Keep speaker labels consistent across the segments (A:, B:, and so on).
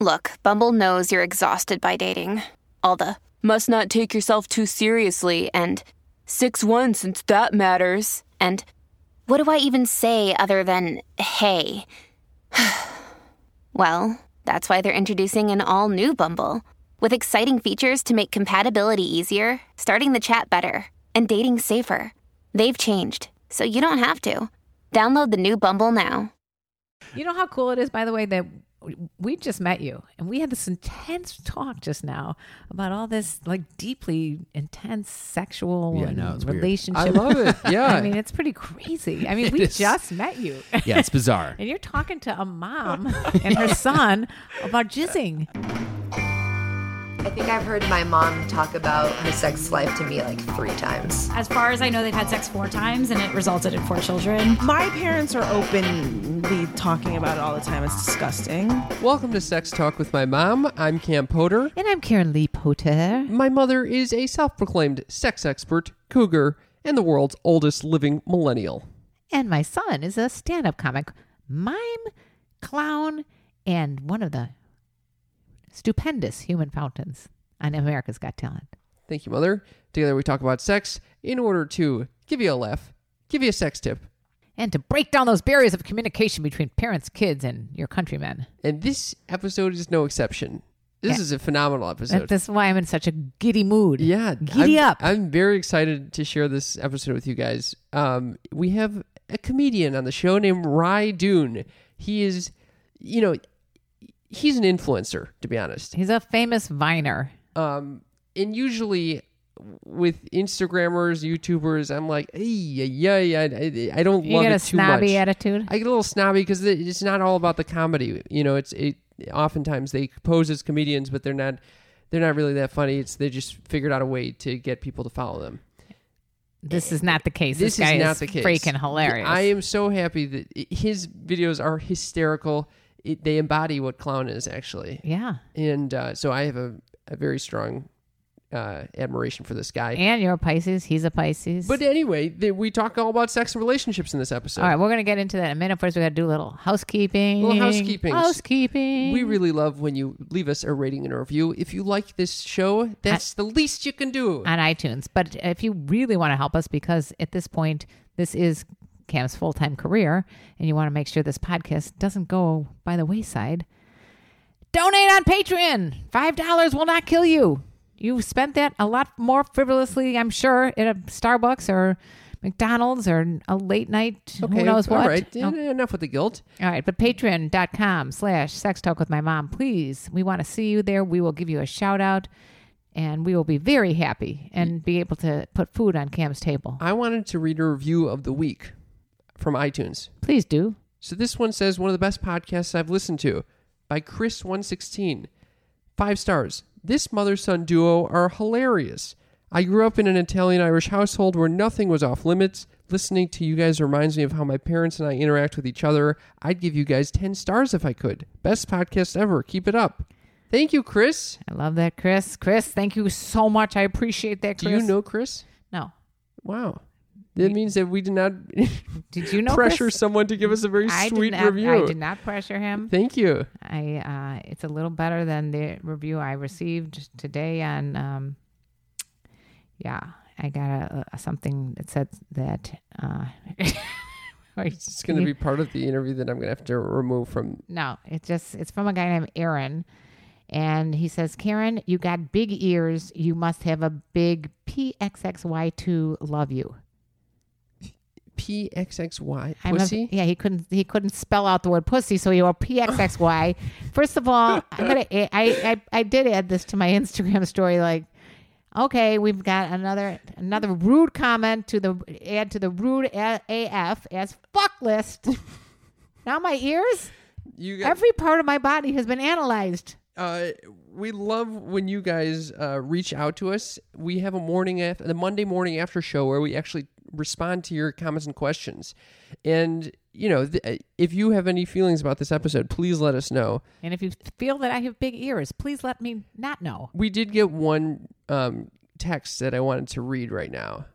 A: Look, Bumble knows you're exhausted by dating. All the must not take yourself too seriously and 6 1 since that matters. And what do I even say other than hey? well, that's why they're introducing an all new Bumble with exciting features to make compatibility easier, starting the chat better, and dating safer. They've changed, so you don't have to. Download the new Bumble now.
B: You know how cool it is, by the way, that we just met you and we had this intense talk just now about all this like deeply intense sexual
C: Yeah,
B: and
C: no, it's weird.
B: relationship.
C: I love it. Yeah.
B: I mean, it's pretty crazy. I mean,
C: It
B: we
C: is.
B: just met you.
C: yeah, it's bizarre.
B: And you're talking to a mom and her son about jizzing.
D: I think I've heard my mom talk about her sex life to me like three times.
E: As far as I know, they've had sex four times and it resulted in four children.
F: My parents are openly talking about it all the time. It's disgusting.
C: Welcome to Sex Talk with my mom. I'm Cam Potter.
B: And I'm Karen Lee Potter.
C: My mother is a self-proclaimed sex expert, cougar, and the world's oldest living millennial.
B: And my son is a stand up comic, mime, clown, and one of the stupendous human fountains on America's Got Talent.
C: Thank you, mother. Together we talk about sex in order to give you a laugh, give you a sex tip,
B: And to break down those barriers of communication between parents, kids, and your countrymen.
C: and this episode is no exception. This
B: Yeah.
C: is a phenomenal episode.
B: That's why I'm in such a giddy mood.
C: Yeah,
B: Giddy
C: I'm,
B: up.
C: I'm very excited to share this episode with you guys. Um, we have a comedian on the show named Rye Dune. He is, you know, he's an influencer to be honest.
B: He's a famous viner.
C: Um, and usually with Instagrammers, YouTubers, I'm like, yeah, yeah, yeah. I, I don't
B: You
C: love
B: got a
C: it too
B: snobby
C: much.
B: attitude.
C: I get a little snobby because it's not all about the comedy. You know, it's it. Oftentimes they pose as comedians, but they're not. They're not really that funny. It's they just figured out a way to get people to follow them.
B: this is not the case. This,
C: This,
B: guy
C: is not
B: is
C: the case.
B: freaking hilarious.
C: I am so happy that i- his videos are hysterical. It, they embody what clown is actually,
B: yeah.
C: and uh, so I have a, a very strong uh, admiration for this guy.
B: And you're a Pisces. He's a Pisces.
C: but anyway, th we talk all about sex and relationships in this episode.
B: All right, we're going to get into that in a minute. First, we got to do a little housekeeping.
C: Little housekeeping.
B: Housekeeping.
C: We really love when you leave us a rating and a review. If you like this show, that's the least you can do.
B: on iTunes. But if you really want to help us, because at this point, this is Cam's full time career, and you want to make sure this podcast doesn't go by the wayside, donate on Patreon. $5 will not kill you. You've spent that a lot more frivolously, I'm sure, at a Starbucks or McDonald's or a late night. who knows what?
C: All right,
B: No.
C: en- enough with the guilt.
B: All right, but patreon.com slash sex talk with my mom, please. We want to see you there. We will give you a shout out and we will be very happy and be able to put food on Cam's table.
C: I wanted to read a review of the week from iTunes.
B: Please do.
C: So this one says one of the best podcasts I've listened to by Chris 116. Five stars. This mother son duo are hilarious. I grew up in an Italian Irish household where nothing was off limits. Listening to you guys reminds me of how my parents and I interact with each other. I'd give you guys 10 stars if I could. Best podcast ever. Keep it up. Thank you, Chris.
B: I love that, Chris. Chris, thank you so much. I appreciate that,
C: Do
B: Chris.
C: you know Chris?
B: No.
C: Wow. That means that we did not
B: Did you know
C: pressure
B: Chris?
C: someone to give us a very
B: I did
C: sweet
B: not-
C: review.
B: I did not pressure him.
C: Thank you.
B: I uh, it's a little better than the review I received today on um yeah, I got a, a something that said that uh
C: It's going to be part of the interview that I'm going to have to remove from.
B: No, it's just it's from a guy named Aaron, and he says, "Karen, you got big ears. You must have a big PXXY2 love you."
C: PXXY.
B: I'm a-
C: Pussy?
B: yeah, he couldn't he couldn't spell out the word pussy, so he wrote PXXY. First of all, I'm gonna I, I I did add this to my Instagram story. Like, okay, we've got another another rude comment to the add to the rude A- AF as fuck list. now my ears,
C: You guys,
B: every part of my body has been analyzed.
C: uh, we love when you guys uh, reach out to us. We have a morning after the Monday morning after show where we actually respond to your comments and questions. And you know, th- uh, if you have any feelings about this episode, please let us know.
B: And if you feel that I have big ears, please let me not know.
C: We did get one um, text that I wanted to read right now.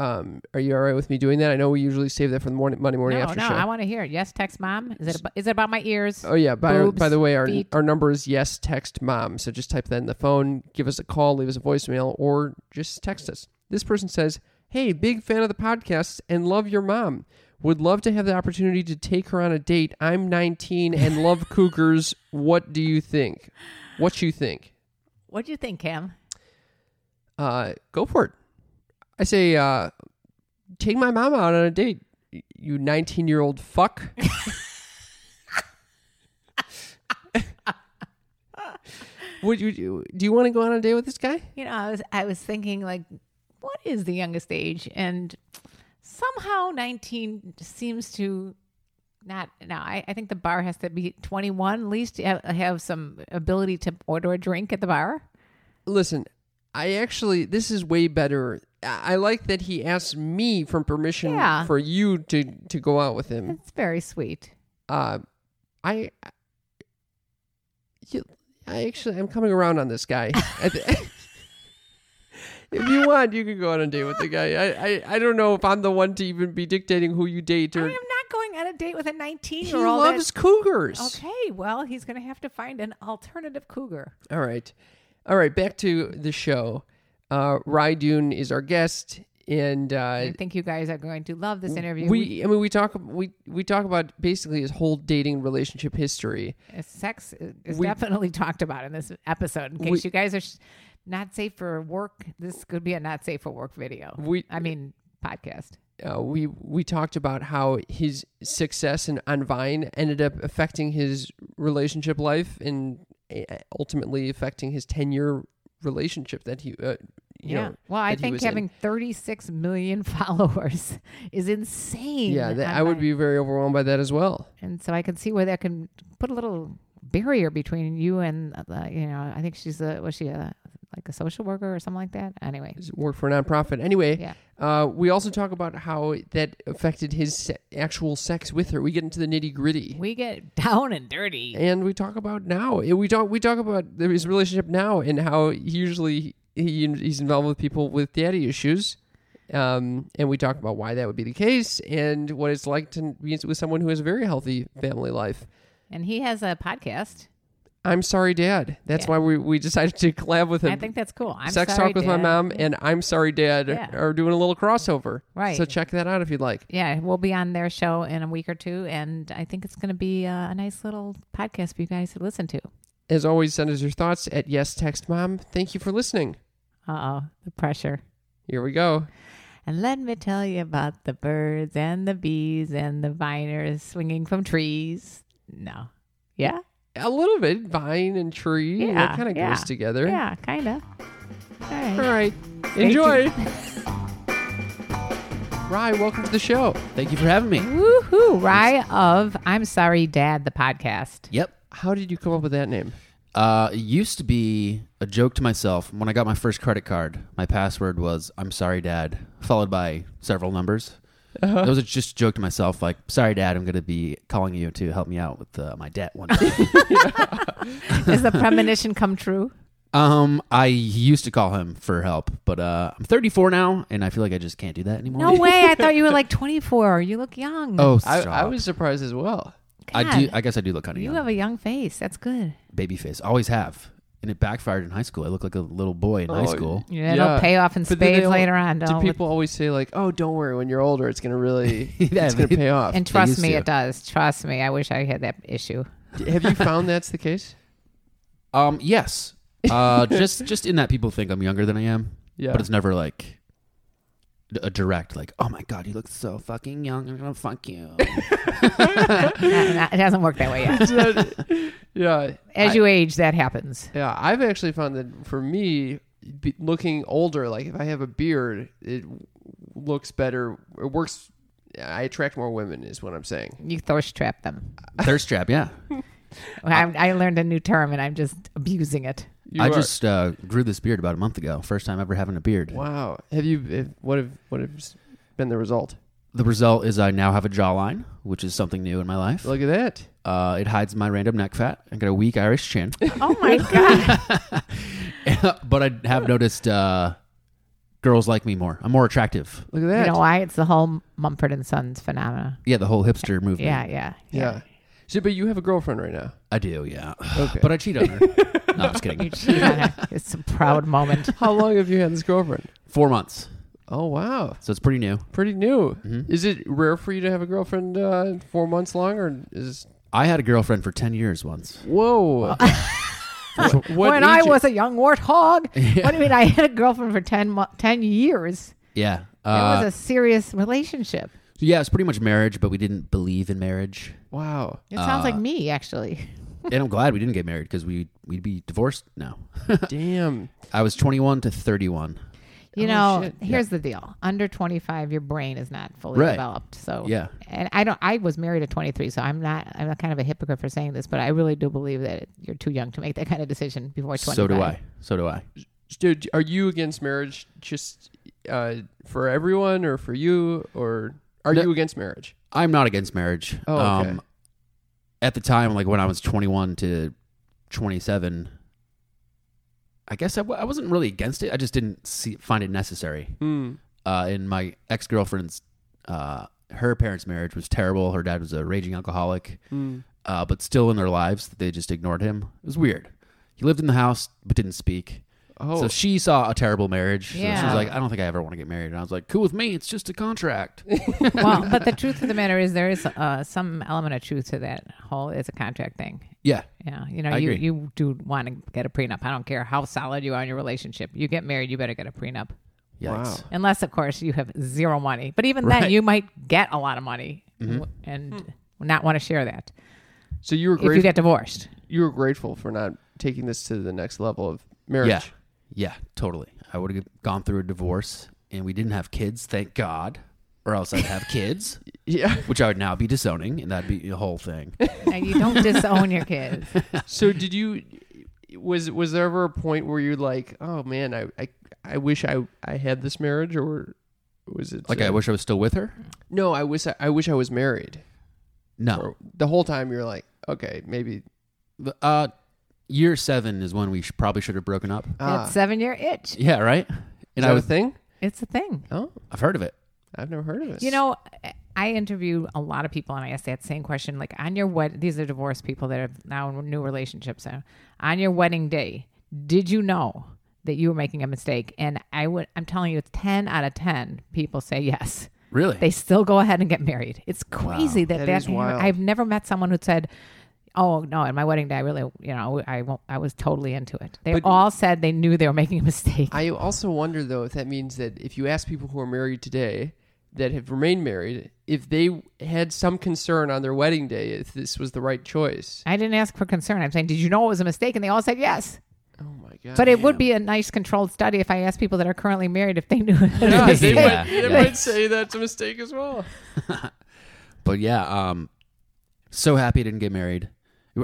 C: Um, are you all right with me doing that? I know we usually save that for the morning, Monday morning
B: no,
C: after
B: no,
C: show.
B: I want to hear it. Yes, text mom. Is it about, is it about my ears?
C: Oh yeah. By
B: Boobs,
C: by the way, our
B: feet.
C: our number is yes text mom. So just type that in the phone, give us a call, leave us a voicemail, or just text us. This person says, "Hey, big fan of the podcast and love your mom. Would love to have the opportunity to take her on a date. I'm 19 and love cougars. What do you think? What you think?
B: What do you think, Cam?
C: Uh, go for it. I say, uh, take my mom out on a date. y- You 19 year old fuck." Would you do? Do you want to go on a date with this guy?
B: You know, I was I was thinking like, what is the youngest age? And somehow nineteen seems to not. No, I, I think the bar has to be twenty one at least. Have, have some ability to order a drink at the bar.
C: Listen, I actually this is way better. I I like that he asked me for permission
B: Yeah.
C: for you to to go out with him.
B: That's very sweet.
C: Uh, I, I, you, I actually I'm coming around on this guy. I th- if you want, you can go on a date with the guy. I, I I don't know if I'm the one to even be dictating who you date
B: I am
C: or.
B: not going on a date with a nineteen
C: He
B: year old.
C: loves cougars.
B: Okay, well, he's going to have to find an alternative cougar.
C: All right. All right. Back to the show. Uh, Rydune is our guest. And uh,
B: I think you guys are going to love this interview.
C: we, I mean, we talk, we, we talk about basically his whole dating relationship history.
B: Uh, sex is
C: We-
B: definitely talked about in this episode. In case
C: We-
B: you guys are sh- not safe for work, this could be a not safe for work video.
C: We-
B: I mean, podcast.
C: Uh, we, we talked about how his success in, on Vine ended up affecting his relationship life and uh, ultimately affecting his 10 year relationship that he, uh, you know,
B: well, I
C: that he
B: think
C: was in.
B: having 36 million followers is insane.
C: yeah, that,
B: on
C: I would
B: my-
C: be very overwhelmed by that as well.
B: and so I can see where that can put a little barrier between you and uh, you know. I think she's a was she a like a social worker or something like that. Anyway,
C: work for a nonprofit. Anyway,
B: Yeah.
C: uh, we also talk about how that affected his se- actual sex with her. We get into the nitty gritty,
B: we get down and dirty.
C: and we talk about now. We talk we talk about the- his relationship now and how usually he he's involved with people with daddy issues. Um, and we talk about why that would be the case and what it's like to be with someone who has a very healthy family life.
B: And he has a podcast.
C: I'm sorry, Dad. That's
B: Yeah.
C: why we, we decided to collab with him.
B: I think that's cool. I'm
C: Sex
B: sorry,
C: Talk with
B: Dad.
C: my mom and I'm sorry, Dad
B: Yeah.
C: are doing a little crossover.
B: Right.
C: So check that out if you'd like.
B: Yeah, we'll be on their show in a week or two, and I think it's going to be uh, a nice little podcast for you guys to listen to.
C: As always, send us your thoughts at Yes Text Mom. Thank you for listening.
B: Uh oh, the pressure.
C: Here we go.
B: And let me tell you about the birds and the bees and the viners swinging from trees. No. Yeah?
C: A little bit vine and tree.
B: Yeah.
C: that kind of
B: yeah.
C: goes together.
B: Yeah, kind of. All
C: All
B: right.
C: right. Enjoy. Rye, welcome to the show.
G: Thank you for having me.
B: Woohoo. Rye of I'm Sorry Dad, the podcast.
G: Yep.
C: How did you come up with that name?
G: Uh, it used to be a joke to myself when I got my first credit card. My password was "I'm sorry, Dad," followed by several numbers.
C: Uh-huh.
G: It was just a joke to myself, like "Sorry, Dad, I'm going to be calling you to help me out with uh, my debt one day."
B: Does the premonition come true?
G: um, I used to call him for help, but uh, I'm 34 now, and I feel like I just can't do that anymore.
B: No way. I thought you were like 24. You look young.
G: Oh,
C: I,
G: stop.
C: I was surprised as well.
G: I do.
B: God.
G: I guess I do look kind of
B: You
G: young.
B: have a young face. That's good.
G: baby face. Always have, and it backfired in high school. I look like a little boy in high
C: Oh,
G: school.
B: Yeah, it'll pay off in
C: But then
B: spades
C: they all-
B: later on.
C: Do
B: don't
C: people always say like, "Oh, don't worry, when you're older, it's gonna really,
G: Yeah,
C: it's gonna
G: they-
C: pay off"?
B: and trust
G: used
B: me,
G: to.
B: it does. Trust me. I wish I had that issue.
C: Have you found that's the case?
G: Um, yes. Uh, just just in that people think I'm younger than I am.
C: Yeah.
G: But it's never like d- a direct like, oh my god, you look so fucking young. I'm gonna fuck you.
B: Not- not- it hasn't worked that way yet.
C: Yeah.
B: As
C: I-
B: you age, that happens.
C: Yeah, I've actually found that for me, be, looking older, like if I have a beard, it w- looks better. It works. I attract more women, is what I'm saying.
B: You thirst trap them.
G: Thirst trap. Yeah.
B: I, I learned a new term and I'm just abusing it.
C: You
G: I
C: are-
G: just uh, grew this beard about a month ago. First time ever having a beard.
C: wow. Have you? If, what have what has been the result?
G: The result is I now have a jawline, which is something new in my life.
C: Look at that.
G: Uh, it hides my random neck fat. I got a weak Irish chin,
B: Oh my God.
G: but I have noticed uh, girls like me more. I'm more attractive.
C: Look at
B: You
C: that.
B: know why? It's the whole Mumford and Sons phenomena.
G: Yeah, the whole hipster movement.
B: Yeah, yeah,
C: yeah. So, but you have a girlfriend right now.
G: I do. Yeah,
C: Okay.
G: but I cheat on her. no, I'm just kidding.
B: yeah. it's a proud moment.
C: How long have you had this girlfriend?
G: Four months,
C: Oh wow, Mm-hmm.
G: so it's pretty new.
C: pretty new. Is it rare for you to have a girlfriend uh, four months long, or is
G: I had a girlfriend for ten years once.
C: whoa? what
B: when
C: age
B: I
C: it-
B: was a young warthog, what do you mean? I had a girlfriend for 10, mo- 10 years.
G: Yeah,
B: It
G: uh,
B: was a serious relationship.
G: yeah, it's pretty much marriage, but we didn't believe in marriage,
C: wow.
B: It sounds like me, actually.
G: and I'm glad we didn't get married because we we'd be divorced now.
C: Damn.
G: I was 21 to 31.
B: You
C: Oh,
B: know,
C: shit.
B: here's the deal. Under 25, your brain is not fully
G: Right.
B: developed. So,
G: Yeah.
B: And I don't, I was married at 23, so I'm not, I'm kind of a hypocrite for saying this, but I really do believe that you're too young to make that kind of decision before 25.
G: So do I. So do I.
C: Dude, are you against marriage just uh, for everyone, or for you, or are
G: No.
C: you against marriage?
G: I'm not against marriage. Um,
C: Oh, okay.
G: at the time, like when I was 21 to 27, I guess I, w- I wasn't really against it. I just didn't see, find it necessary.
C: Hmm.
G: Uh, and my ex girlfriend's, uh, her parents' marriage was terrible. Her dad was a raging alcoholic,
C: Hmm.
G: uh, but still in their lives, they just ignored him. It was weird. He lived in the house but didn't speak.
C: Oh,
G: So she saw a terrible marriage. So she
B: Yeah.
G: was like, I don't think I ever want to get married. And I was like, cool with me. It's just a contract.
B: well, but the truth of the matter is, there is uh, some element of truth to that whole. It's a contract thing.
G: yeah.
B: Yeah, you know,
G: I
B: you
G: agree.
B: you do want to get a prenup. I don't care how solid you are in your relationship. You get married, you better get a prenup,
G: Yikes.
C: Wow.
B: unless of course you have zero money. But even
G: Right. Mm-hmm.
B: then, you might get a lot of money w- and not want to share that
C: so you were
B: if you
C: grateful.
B: get divorced.
C: you were grateful for not taking this to the next level of marriage.
G: Yeah. Yeah, totally. I would have gone through a divorce and we didn't have kids, thank God, or else I'd have kids,
C: Yeah.
G: which I would now be disowning and that'd be the whole thing.
B: Now, you don't disown your kids.
C: So did you was was there ever a point where you're like, oh man, I I, I wish I I had this marriage or was it
G: Like
C: uh,
G: I wish I was still with her?
C: No, I wish I, I wish I was married.
G: No.
C: Or the whole time you're like, okay, maybe
G: The- Uh year 7 is when we sh- probably should have broken up.
C: ah,
B: It's seven year itch.
G: Yeah, right?
C: is
G: And I
C: that a
G: was
C: thing?
B: It's a thing.
C: Oh,
G: I've heard of it.
C: I've never heard of it.
B: You know, I interview a lot of people and I ask that same question. Like, on your wed, these are divorced people that are now in new relationships. So, on your wedding day, did you know that you were making a mistake? And I would, I'm telling you, ten out of ten people say yes.
G: Really?
B: They still go ahead and get married. It's crazy that
C: That
B: that,
C: is
B: can happen.
C: wild.
B: I've never met someone who said. Oh no! At my wedding day, I really, you know, I won't, I was totally into it. They
C: But-
B: all said they knew they were making a mistake.
C: I also wonder though if that means that if you ask people who are married today that have remained married, if they had some concern on their wedding day if this was the right choice.
B: I didn't ask for concern. I'm saying, did you know it was a mistake? And they all said yes.
C: Oh my god.
B: But it would be a nice controlled study if I asked people that are currently married if they knew it.
C: yeah, they,
G: Yeah,
C: might, they
G: yeah.
C: might say that's a mistake as well.
G: But yeah, um so happy I didn't get married.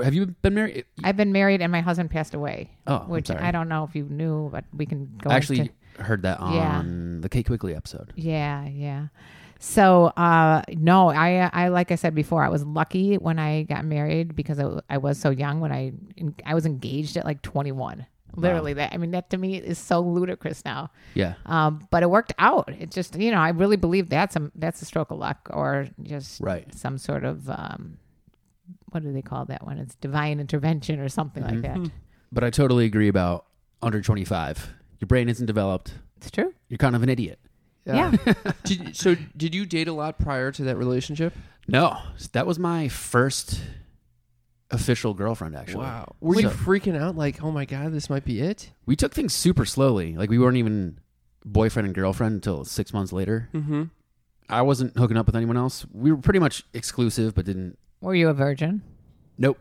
G: Have you been married?
B: I've been married and my husband passed away.
G: Oh, I'm
B: which
G: sorry.
B: I don't know if you knew, but we can go
G: I actually
B: into-
G: heard that
B: Yeah.
G: on the Kate Quigley episode.
B: Yeah, yeah. So uh, no, I I like I said before, I was lucky when I got married because I, I was so young when I I was engaged at like 21. Literally, that I mean that to me is so ludicrous now.
G: Yeah.
B: Um, but it worked out. It just you know I really believe that's a that's a stroke of luck or just
G: Right.
B: some sort of um, what do they call that one? It's divine intervention or something like that.
G: But I totally agree about under 25. Your brain isn't developed.
B: It's true.
G: You're kind of an idiot.
B: Yeah.
C: Did, so, did you date a lot prior to that relationship?
G: No, that was my first official girlfriend, actually.
C: Were you
G: So-
C: freaking out like, oh my God, this might be it?
G: We took things super slowly. Like, we weren't even boyfriend and girlfriend until six months later.
C: Mm-hmm.
G: I wasn't hooking up with anyone else. We were pretty much exclusive, but didn't.
B: Were you a virgin?
G: Nope.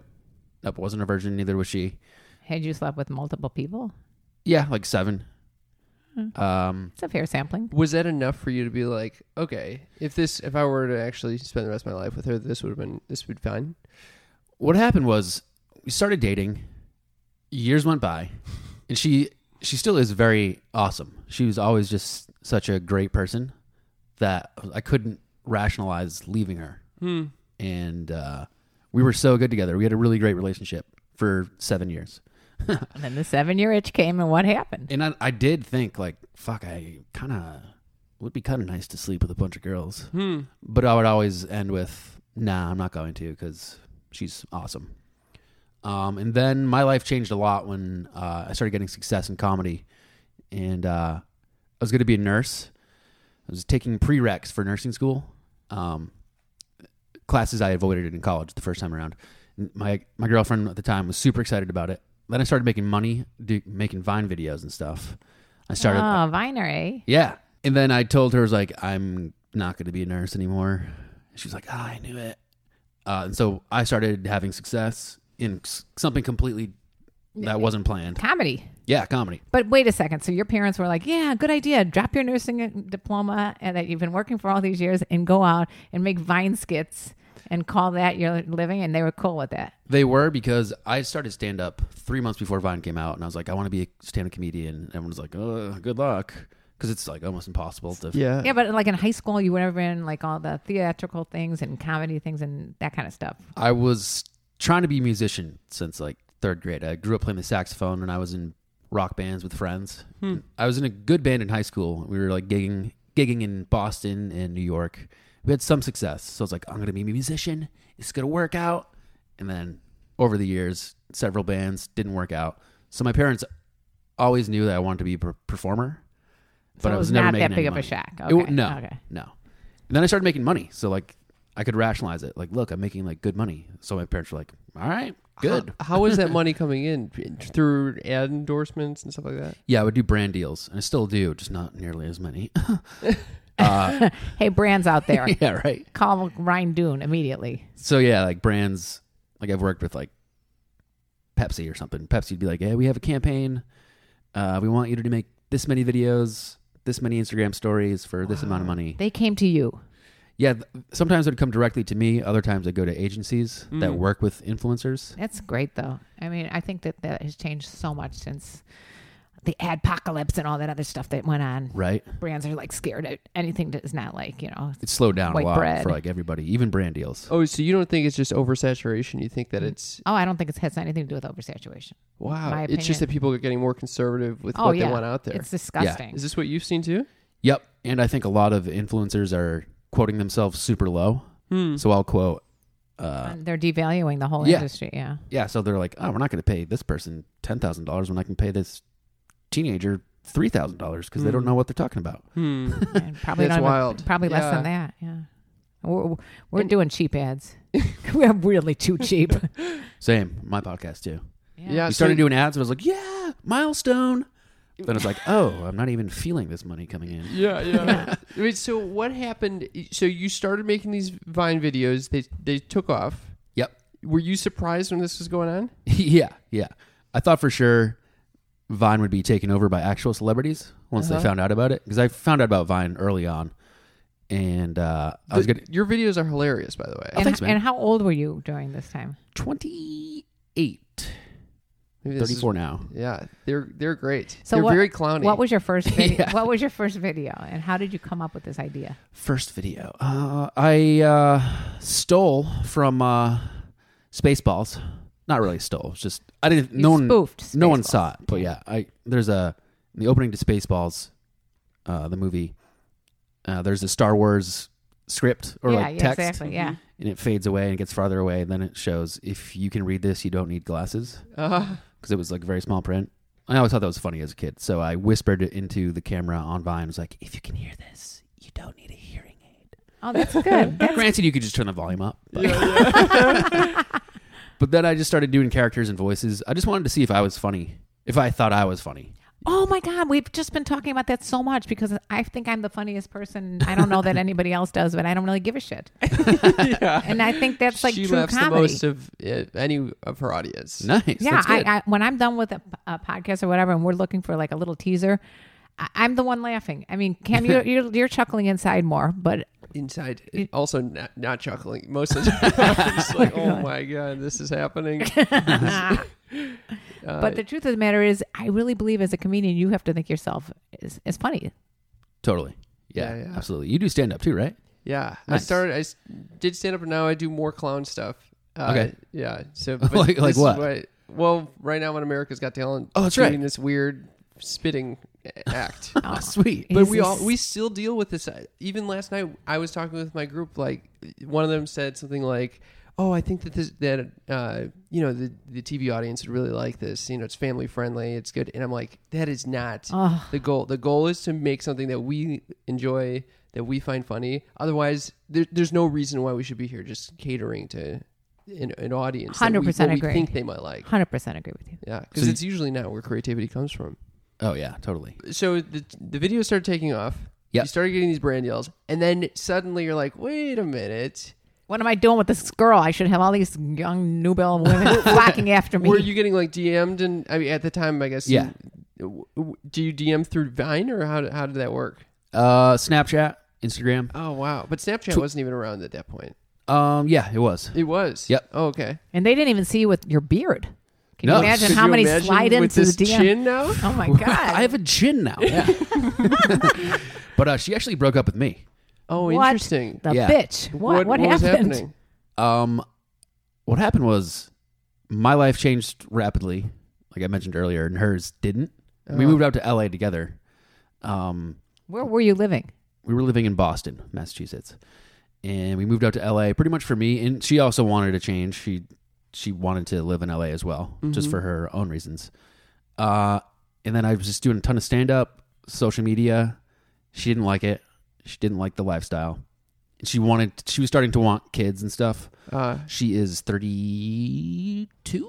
G: Nope. Wasn't a virgin. Neither was she.
B: Had you slept with multiple people?
G: Yeah, like seven. Um,
B: It's a fair sampling.
C: Was that enough for you to be like, okay, if this, if I were to actually spend the rest of my life with her, this would have been, this would be fine?
G: what happened was we started dating years went by and she she still is very awesome she was always just such a great person that i couldn't rationalize leaving her and uh, we were so good together we had a really great relationship for seven years
B: And then the seven year itch came, and what happened?
G: And I, I did think like, fuck, I kind of would be kind of nice to sleep with a bunch of girls.
C: Hmm.
G: But I would always end with, nah, I'm not going to because she's awesome. Um, and then my life changed a lot when uh, I started getting success in comedy. And uh, I was going to be a nurse. I was taking prereqs for nursing school, um, classes I avoided in college the first time around. And My my girlfriend at the time was super excited about it. Then I started making money, do, making Vine videos and stuff. I started
B: Oh, Viner, eh?
G: yeah. And then I told her, I was like, I'm not going to be a nurse anymore. She was like, ah, I knew it. Uh, and so I started having success in s- something completely that wasn't planned.
B: Comedy.
G: Yeah, comedy.
B: But wait a second. So your parents were like, "Yeah, good idea. Drop your nursing diploma and that you've been working for all these years, and go out and make Vine skits and call that your living." And they were cool with that.
G: They were because I started stand up three months before Vine came out, and I was like, I want to be a stand up comedian. Everyone's like, oh, good luck. Because it's like almost impossible to.
B: Yeah, but like in high school, you would have been like all the theatrical things and comedy things and that kind of stuff.
G: I was trying to be a musician since like third grade. I grew up playing the saxophone and I was in rock bands with friends.
B: Hmm.
G: I was in a good band in high school. We were like gigging gigging in Boston and New York. We had some success. So I was like, I'm gonna be a musician. It's gonna work out. And then over the years, several bands didn't work out. So my parents always knew that I wanted to be a per- performer.
B: So it was not that
G: making
B: big
G: any
B: of a
G: money.
B: shock.
G: It w-
B: Okay.
G: no,
B: Okay.
G: no. And then I started making money, so like I could rationalize it. Like, look, I'm making like good money. So my parents were like, "All right,
B: Uh-huh.
G: good."
C: How was that money coming in through ad endorsements and stuff like that?
G: yeah, I would do brand deals, and I still do, just not nearly as many.
B: Hey, brands out there,
G: yeah, right.
B: call Ryan Dune immediately.
G: So yeah, like brands, like I've worked with like Pepsi or something. Pepsi'd be like, "Hey, we have a campaign. Uh, we want you to make this many videos, this many Instagram stories for this amount of money."
B: They came to you.
G: Yeah, th- sometimes it would come directly to me. Other times, I go to agencies
B: Mm.
G: that work with influencers.
B: That's great, though. I mean, I think that that has changed so much since the adpocalypse and all that other stuff that went on.
G: Right.
B: Brands are like scared at anything that is not like you know.
G: It slowed down
B: White
G: a lot
B: bread.
G: for like everybody, even brand deals.
C: Oh, so you don't think it's just oversaturation? You think that
G: Mm-hmm.
C: it's
B: Oh, I don't think it has anything to do with oversaturation. My
C: wow? It's just
B: opinion.
C: that people are getting more conservative with
B: oh
C: what
B: yeah,
C: they want out there.
B: it's disgusting.
C: Is this what you've seen too?
G: Yep. And I think a lot of influencers are quoting themselves super low.
B: Mm-hmm.
G: So I'll quote, uh,
B: And They're devaluing the whole
G: Yeah.
B: industry. Yeah.
G: yeah. So they're like, oh, we're not going to pay this person $10,000 when I can pay this teenager $3,000 because they
B: Mm.
G: don't know what they're talking about.
C: Hmm,
B: And probably not
C: That's
B: even-
C: wild.
B: probably less than
C: Yeah.
B: that. Yeah. We're, we're doing cheap ads. we're really too cheap.
G: Oh, Same, my podcast too.
C: Yeah,
B: Uh,
G: We
C: so-
G: started doing ads and I was like, yeah, milestone. Then it's like, oh, I'm not even feeling this money coming in.
C: Yeah, yeah. Wait, so what happened? So you started making these Vine videos. They they took off.
G: Yep.
C: Were you surprised when this was going on?
G: yeah, yeah. I thought for sure Vine would be taken over by actual celebrities once
C: Uh-huh.
G: they found out about it because I found out about Vine early on, and uh, I was
C: The-
G: gonna
C: Your videos are hilarious, by the way.
B: and,
G: thanks, man.
B: and how old were you during this time?
G: twenty eight.
C: Maybe this is-
G: 34 now.
C: yeah, they're they're great.
B: So
C: they're
B: what,
C: very clowny.
B: What was your first video?
G: Yeah.
B: What was your first video, and how did you come up with this idea?
G: First video. Uh, I uh, stole from uh, Spaceballs. Not really stole. It's just I didn't.
B: You
G: no one
B: spoofed
G: No one
B: Spaceballs.
G: saw it. But yeah, I there's a in the opening to Spaceballs, uh, the movie. Uh, there's a Star Wars script or
B: yeah,
G: like
B: yeah,
G: text. Mm-hmm.
B: exactly. Yeah.
G: and it fades away and gets farther away and then it shows if you can read this you don't need glasses
C: Uh,
G: because it was like very small print i always thought that was funny as a kid so i whispered it into the camera on vine was like if you can hear this you don't need a hearing aid
B: Oh, that's good. That's
G: granted you could just turn the volume up but, but then i just started doing characters and voices i just wanted to see if i was funny if i thought i was funny
B: Oh my God, we've just been talking about that so much because I think I'm the funniest person. I don't know that anybody else does, but I don't really give a shit. And I think that's like
C: she
B: true
C: laughs
B: comedy.
C: the most of uh, any of her audience.
G: nice
B: yeah,
G: that's
B: I,
G: good.
B: I, when I'm done with a, a podcast or whatever, and we're looking for like a little teaser, I, I'm the one laughing. I mean, Cam, you're, you're you're chuckling inside more, but
C: Inside, also not, not chuckling most of the time. It's like, oh my god, this is happening.
G: Uh-huh.
B: but the truth of the matter is, I really believe as a comedian, you have to think yourself is is funny.
G: totally yeah,
C: Yeah, yeah.
G: absolutely you do stand up too right
C: Yeah, I
G: Nice.
C: started. I s- did stand up, and now I do more clown stuff. Uh,
G: Okay.
C: Yeah. So
G: Like- like
C: this is
G: what?
C: why- well, right now on America's Got Talent,
G: Oh, that's
C: doing
G: right.
C: this weird spitting act.
G: Oh, sweet.
C: but we
B: Easy
C: all we still deal with this. uh, Even last night, I was talking with my group. Like one of them said something like, "Oh, I think that this that uh, you know the the TV audience would really like this. You know, it's family friendly. It's good." And I'm like, "That is not the goal. The goal is to make something that we enjoy." That we find funny. Otherwise, there, there's no reason why we should be here just catering to an, an audience. that we-
B: 100%
C: what
B: agree.
C: We think they might like.
B: 100% agree with you.
C: Yeah, because
G: So-
C: it's usually not where creativity comes from.
G: Oh yeah, totally.
C: So the the video started taking off.
G: Yep.
C: You started getting these brand deals, and then suddenly you're like, wait a minute.
B: What am I doing with this girl? I should have all these young Nobel women flocking after me.
C: Were you getting like DM'd? And I mean, at the time, I guess.
G: Yeah.
C: you- w- do you DM through Vine or how did, how did that work?
G: Uh, Snapchat, Instagram.
C: Oh wow! But Snapchat wasn't even around at that point.
G: Um, yeah, it was.
C: It was.
G: Yep.
C: Oh, okay.
B: and they didn't even see you with your beard. Can
G: No.
B: you imagine
G: Could
B: how
C: you
B: many
C: imagine
B: slide
C: with
B: into
C: this
B: the DM?
C: chin now?
B: Oh my god!
G: I have a chin now. Yeah. but uh, she actually broke up with me.
C: Oh,
B: what
C: interesting.
B: The
G: Yeah.
B: bitch. What? What,
C: was
B: happened?
C: happening?
G: Um, what happened was my life changed rapidly, like I mentioned earlier, and hers didn't. We moved out to LA together. Um,
B: Where were you living?
G: we were living in Boston, Massachusetts, and we moved out to LA pretty much for me. And she also wanted a change. She she wanted to live in LA as well, just for her own reasons. Uh, and then I was just doing a ton of stand up, social media. She didn't like it. She didn't like the lifestyle. And She wanted. She was starting to want kids and stuff.
C: Uh,
G: She is thirty two.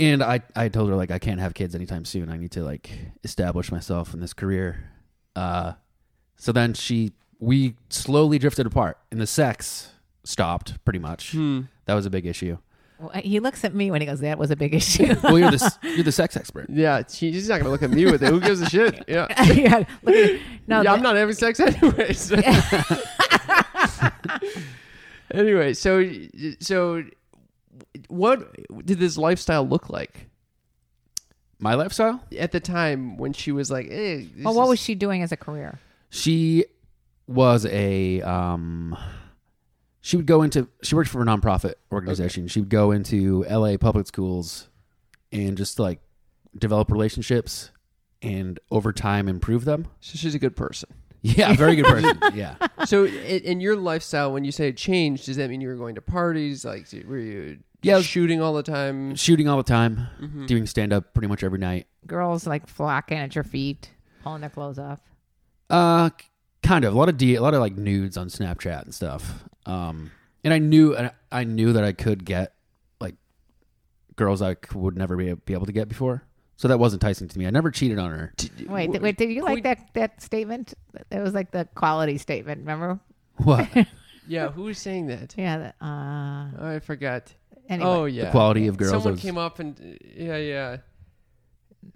G: And I, I told her like I can't have kids anytime soon. I need to like establish myself in this career. Uh, so then she, we slowly drifted apart, and the sex stopped pretty much. That was a big issue.
B: Well, he looks at me when he goes, "That was a big issue."
G: Well, you're the s- you're the sex expert.
C: yeah, she, she's not gonna look at me with it. Who gives a shit? Yeah,
B: yeah, look at, no,
C: yeah,
B: that-
C: I'm not having sex anyways. anyway, so so what did this lifestyle look like
G: My lifestyle.
C: at the time when she was like, eh, this
B: Well, what
C: is-
B: was she doing as a career?
G: She was a um she would go into she worked for a nonprofit organization. She would go into LA public schools and just like develop relationships and over time improve them.
C: so she's a good person.
G: Yeah, very good person. yeah.
C: So i- in your lifestyle, when you say it changed, does that mean you were going to parties? Like, did- were you
G: Yeah, I was-
C: shooting all the time?
G: Shooting all the time, doing stand up pretty much every night.
B: Girls like flocking at your feet, pulling their clothes off.
G: Uh, k- kind of a lot of D, a lot of like nudes on Snapchat and stuff. Um, and I knew, and I knew that I could get like girls I c- would never be, be able to get before. So that was enticing to me. I never cheated on her.
B: Wait, th- wait, did you like that that statement? That was like the quality statement. Remember?
G: What
C: Yeah, who was saying that?
B: Yeah. The, uh,
C: Oh, I forgot.
B: anyway,
C: Oh yeah,
G: the quality of girls?
C: Someone
G: was-
C: came up and yeah, yeah.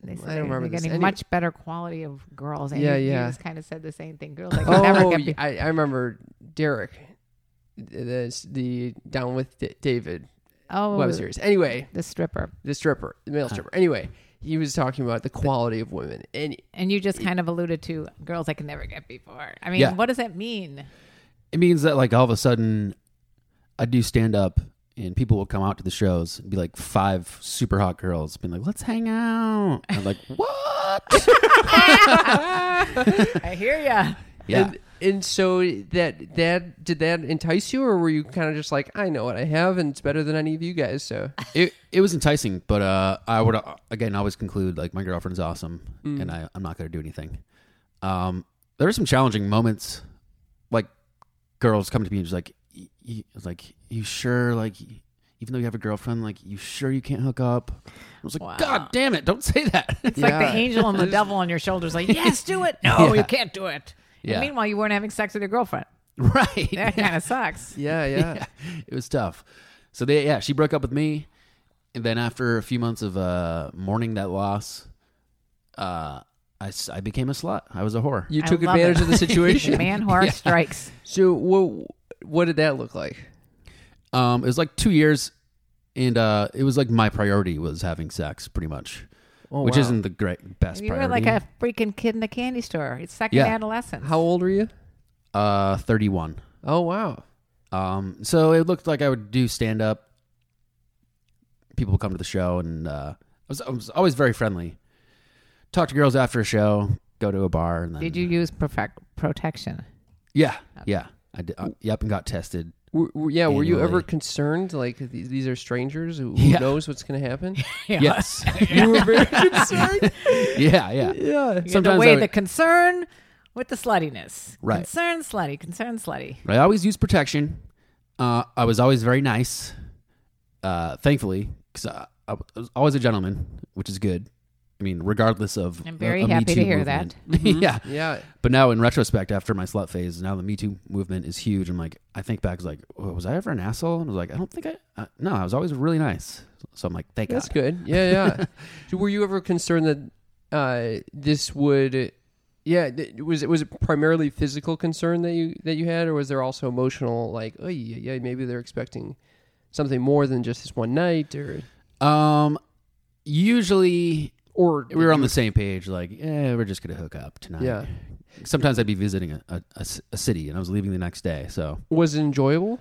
B: they said
C: Mm, I don't
B: they're
C: remember this.
B: getting
C: Any-
B: much better quality of girls. And
C: Yeah,
B: you,
C: yeah.
B: You just kind of said the same thing. Girls like
C: Oh,
B: never get. Be-
C: I, I remember Derek, the, the Down with D- David
B: oh,
C: web series. Anyway,
B: the stripper.
C: the stripper, the
G: Ah.
C: male stripper. Anyway, he was talking about the quality of women, and
B: And you just kind of alluded to girls I could never get before. I mean,
G: Yeah.
B: what does that mean?
G: It means that like all of a sudden, I do stand up. And people will come out to the shows and be like five super hot girls, being like, "Let's hang out." I'm like, "What?"
B: I hear ya.
G: yeah,
C: and, and so that that did that entice you, or were you kind of just like, I know what I have, and it's better than any of you guys? So
G: it it was enticing, but uh, I would uh, again always conclude like my girlfriend's awesome, and I I'm not gonna do anything. Um, there were some challenging moments, like girls coming to me and just like, y- y- I was like, you sure like. y- Even though you have a girlfriend, like you sure you can't hook up? I was like, God damn it! Don't say that.
B: It's like the
C: Yeah.
B: angel and the devil on your shoulders, like, yes, do it. No, you can't do it. And
G: Yeah.
B: meanwhile, you weren't having sex with your girlfriend.
G: right?
B: That kind of sucks.
C: yeah, yeah.
G: it was tough. So they yeah, she broke up with me, and then after a few months of uh, mourning that loss, uh, I s- I became a slut. I was a whore.
C: You
B: I
C: took
B: love it.
C: advantage of the situation.
B: Man horror strikes.
C: so what what did that look like?
G: Um, it was like two years, and uh, it was like my priority was having sex, pretty much, which
C: Oh, wow.
G: isn't the great best
B: You were
G: priority.
B: like a freaking kid in the candy store. It's second
G: Yeah.
B: adolescence.
C: How old were you?
G: uh, thirty-one.
C: Oh wow.
G: Um, so it looked like I would do stand up, people would come to the show, and uh, I, was, I was always very friendly. Talk to girls after a show, go to a bar, and then
B: Did you use perfect protection?
G: Yeah, yeah. I did, uh, yep, and got tested.
C: Were, were- yeah, were you ever
G: Annually.
C: concerned? Like these, these are strangers. Who, who
G: Yeah.
C: knows what's going to happen?
G: Yes,
C: you were very concerned.
G: yeah, yeah.
C: Yeah.
B: You
G: Sometimes
B: Sometimes
G: I
B: weigh
G: would-
B: the concern with the sluttiness.
G: Right.
B: Concern slutty. Concern slutty.
G: But I always use protection. Uh, I was always very nice, uh, thankfully, because I, I was always a gentleman, which is good. I mean, regardless of
B: I'm very
G: a- a Me
B: happy to
G: Too
B: hear Mm-hmm.
G: movement. yeah,
C: Yeah.
G: But now, in retrospect, after my slut phase, now the Me Too movement is huge. I'm like, I think back, I was like, oh, was I ever an asshole? And I was like, I don't think I. Uh, no, I was always really nice. So I'm like, thank
C: That's
G: God.
C: good. Yeah, yeah. so were you ever concerned that uh, this would? Yeah, th- was it was it primarily physical concern that you that you had, or was there also emotional? Like, oh yeah, yeah, maybe they're expecting something more than just this one night, or
G: Um, usually
C: or
G: we were on the same page. Like, yeah, we're just gonna hook up tonight.
C: Yeah.
G: Sometimes I'd be visiting a, a- a s- a city, and I was leaving the next day. So
C: was it enjoyable?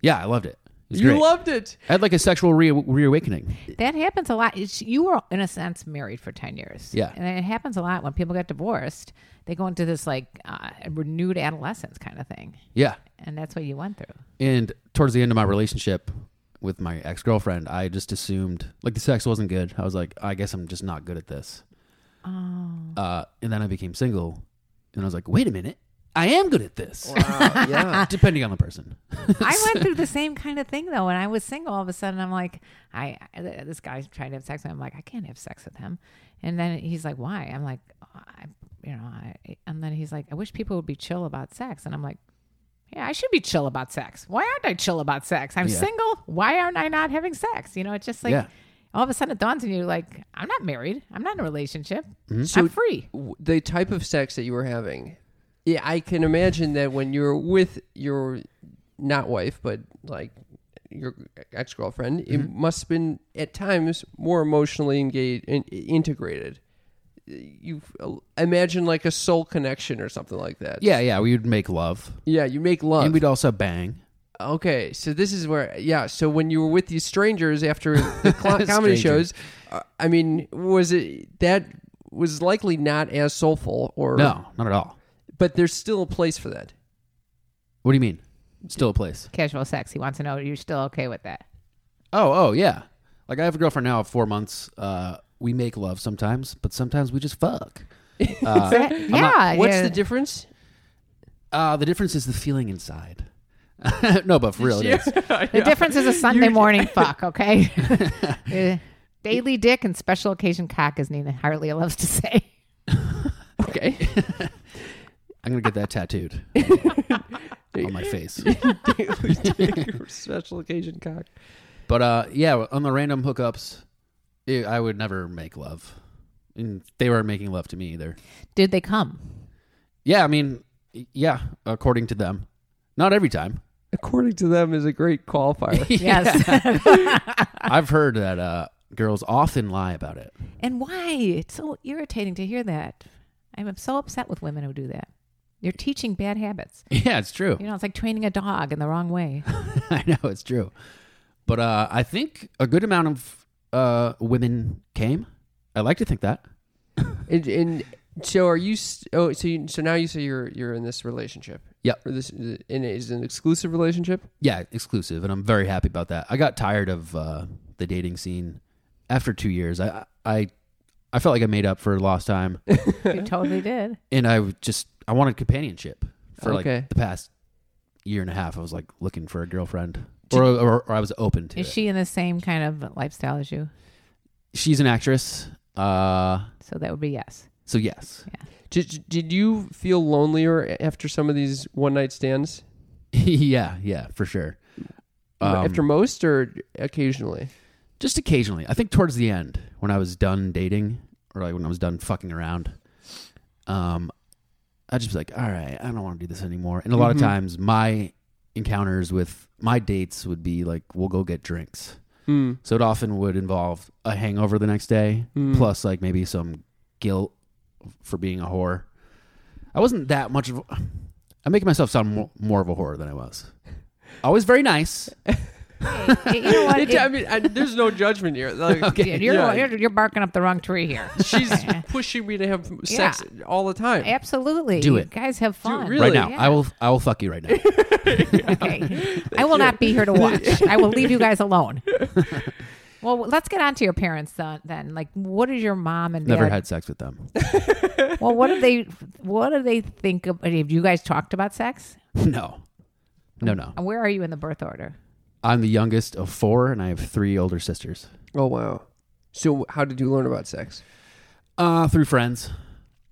G: yeah, I loved it. It was
C: you
G: great.
C: loved it.
G: I had like a sexual re- reawakening.
B: That happens a lot. It's, you were, in a sense, married for 10 years.
G: Yeah.
B: And it happens a lot when people get divorced. They go into this like uh, renewed adolescence kind of thing.
G: Yeah.
B: And that's what you went through.
G: And towards the end of my relationship with my ex girlfriend, I just assumed like the sex wasn't good. I was like, I guess I'm just not good at this.
B: Um,
G: Oh. Uh, and then I became single, and I was like, wait a minute, I am good at this.
C: Wow. Yeah.
G: Depending on the person.
B: I went through the same kind of thing though. When I was single, all of a sudden I'm like, I I- this guy's trying to have sex, and I'm like, I can't have sex with him. And then he's like, Why? I'm like, I, you know, I. And then he's like, I wish people would be chill about sex. And I'm like, Yeah, I should be chill about sex. Why aren't I chill about sex? I'm
G: Yeah.
B: single. Why aren't I not having sex? You know, it's just like.
G: Yeah.
B: All of a sudden, it dawns on you like I'm not married. I'm not in a relationship.
C: Mm-hmm. So-
G: Mm-hmm.
B: I'm free.
C: w- the type of sex that you were having. Yeah, I can imagine that when you're with your not wife, but like your ex girlfriend, it
G: Mm-hmm.
C: must have been at times more emotionally engaged and integrated. You imagine like a soul connection or something like that.
G: Yeah, yeah. We would make love,
C: yeah. You make love.
G: and we'd also bang.
C: Okay, so this is where, yeah. So when you were with these strangers after the cl- comedy
G: Strangers.
C: shows, uh, I mean, was it that was likely not as soulful, or
G: No, not at all.
C: But there's still a place for that.
G: What do you mean? Still a place.
B: Casual sex. He wants to know you're still okay with that.
G: Oh, oh yeah. Like I have a girlfriend now of four months. Uh, we make love sometimes, but sometimes we just fuck.
B: yeah.
C: Uh, What's
B: yeah.
C: the difference?
G: Uh, the difference is the feeling inside. no, but for real, it is.
B: The difference is a Sunday morning fuck, okay? Uh, Daily dick and special occasion cock, as Nina Hartley loves to say.
C: Okay,
G: I'm gonna get that tattooed on my face.
C: special occasion cock.
G: But uh, yeah, on the random hookups, it, I would never make love, and they weren't making love to me either.
B: Did they come?
G: Yeah, I mean, yeah, according to them, not every time.
C: According to them, is a great qualifier.
B: Yes.
G: I've heard that uh, girls often lie about it.
B: and why? It's so irritating to hear that. I'm so upset with women who do that. You're teaching bad habits.
G: Yeah, it's true.
B: You know, it's like training a dog in the wrong way.
G: I know it's true. But uh, I think a good amount of uh, women came. I like to think that.
C: and, and so, are you? s- Oh, so you, so now you say you're you're in this relationship.
G: Yep.
C: Or this and is it an exclusive relationship.
G: Yeah, exclusive, and I'm very happy about that. I got tired of uh, the dating scene after two years. I I I felt like I made up for lost time,
B: you totally did.
G: and I would just I wanted companionship for
C: Okay.
G: like the past year and a half. I was like looking for a girlfriend, or or, or I was open to.
B: Is
G: it.
B: she in the same kind of lifestyle as you?
G: She's an actress, uh,
B: So that would be yes.
G: so yes,
C: Did did you feel lonelier after some of these one night stands?
G: yeah, yeah, for sure. Um,
C: after most or occasionally?
G: just occasionally. I think towards the end, when I was done dating, or like when I was done fucking around, um, I just was like, all right, I don't want to do this anymore. And a lot of times, my encounters with my dates would be like, we'll go get drinks.
C: Mm.
G: So it often would involve a hangover the next day, plus like maybe some guilt for being a whore. I wasn't that much of. a- I'm making myself sound more, more of a whore than I was. Always very nice,
B: you know what?
C: It- I mean, I, there's no judgment here. Like,
B: Dude, you're,
C: yeah,
B: you're, you're barking up the wrong tree here.
C: she's pushing me to have sex all the time.
B: Absolutely.
G: Do
B: You
G: it.
B: guys have fun.
C: really.
G: Right now,
B: Yeah.
G: I will. I will fuck you right now.
B: Okay. I will not be here to watch. I will leave you guys alone. Well, let's get on to your parents then. then. Like, what is your mom and
G: Never
B: dad?
G: had sex with them.
B: Well, what do they? What do they think of? Have you guys talked about sex?
G: No, no, no.
B: And where are you in the birth order?
G: I'm the youngest of four, and I have three older sisters.
C: Oh wow. So how did you learn about sex?
G: Uh, through friends.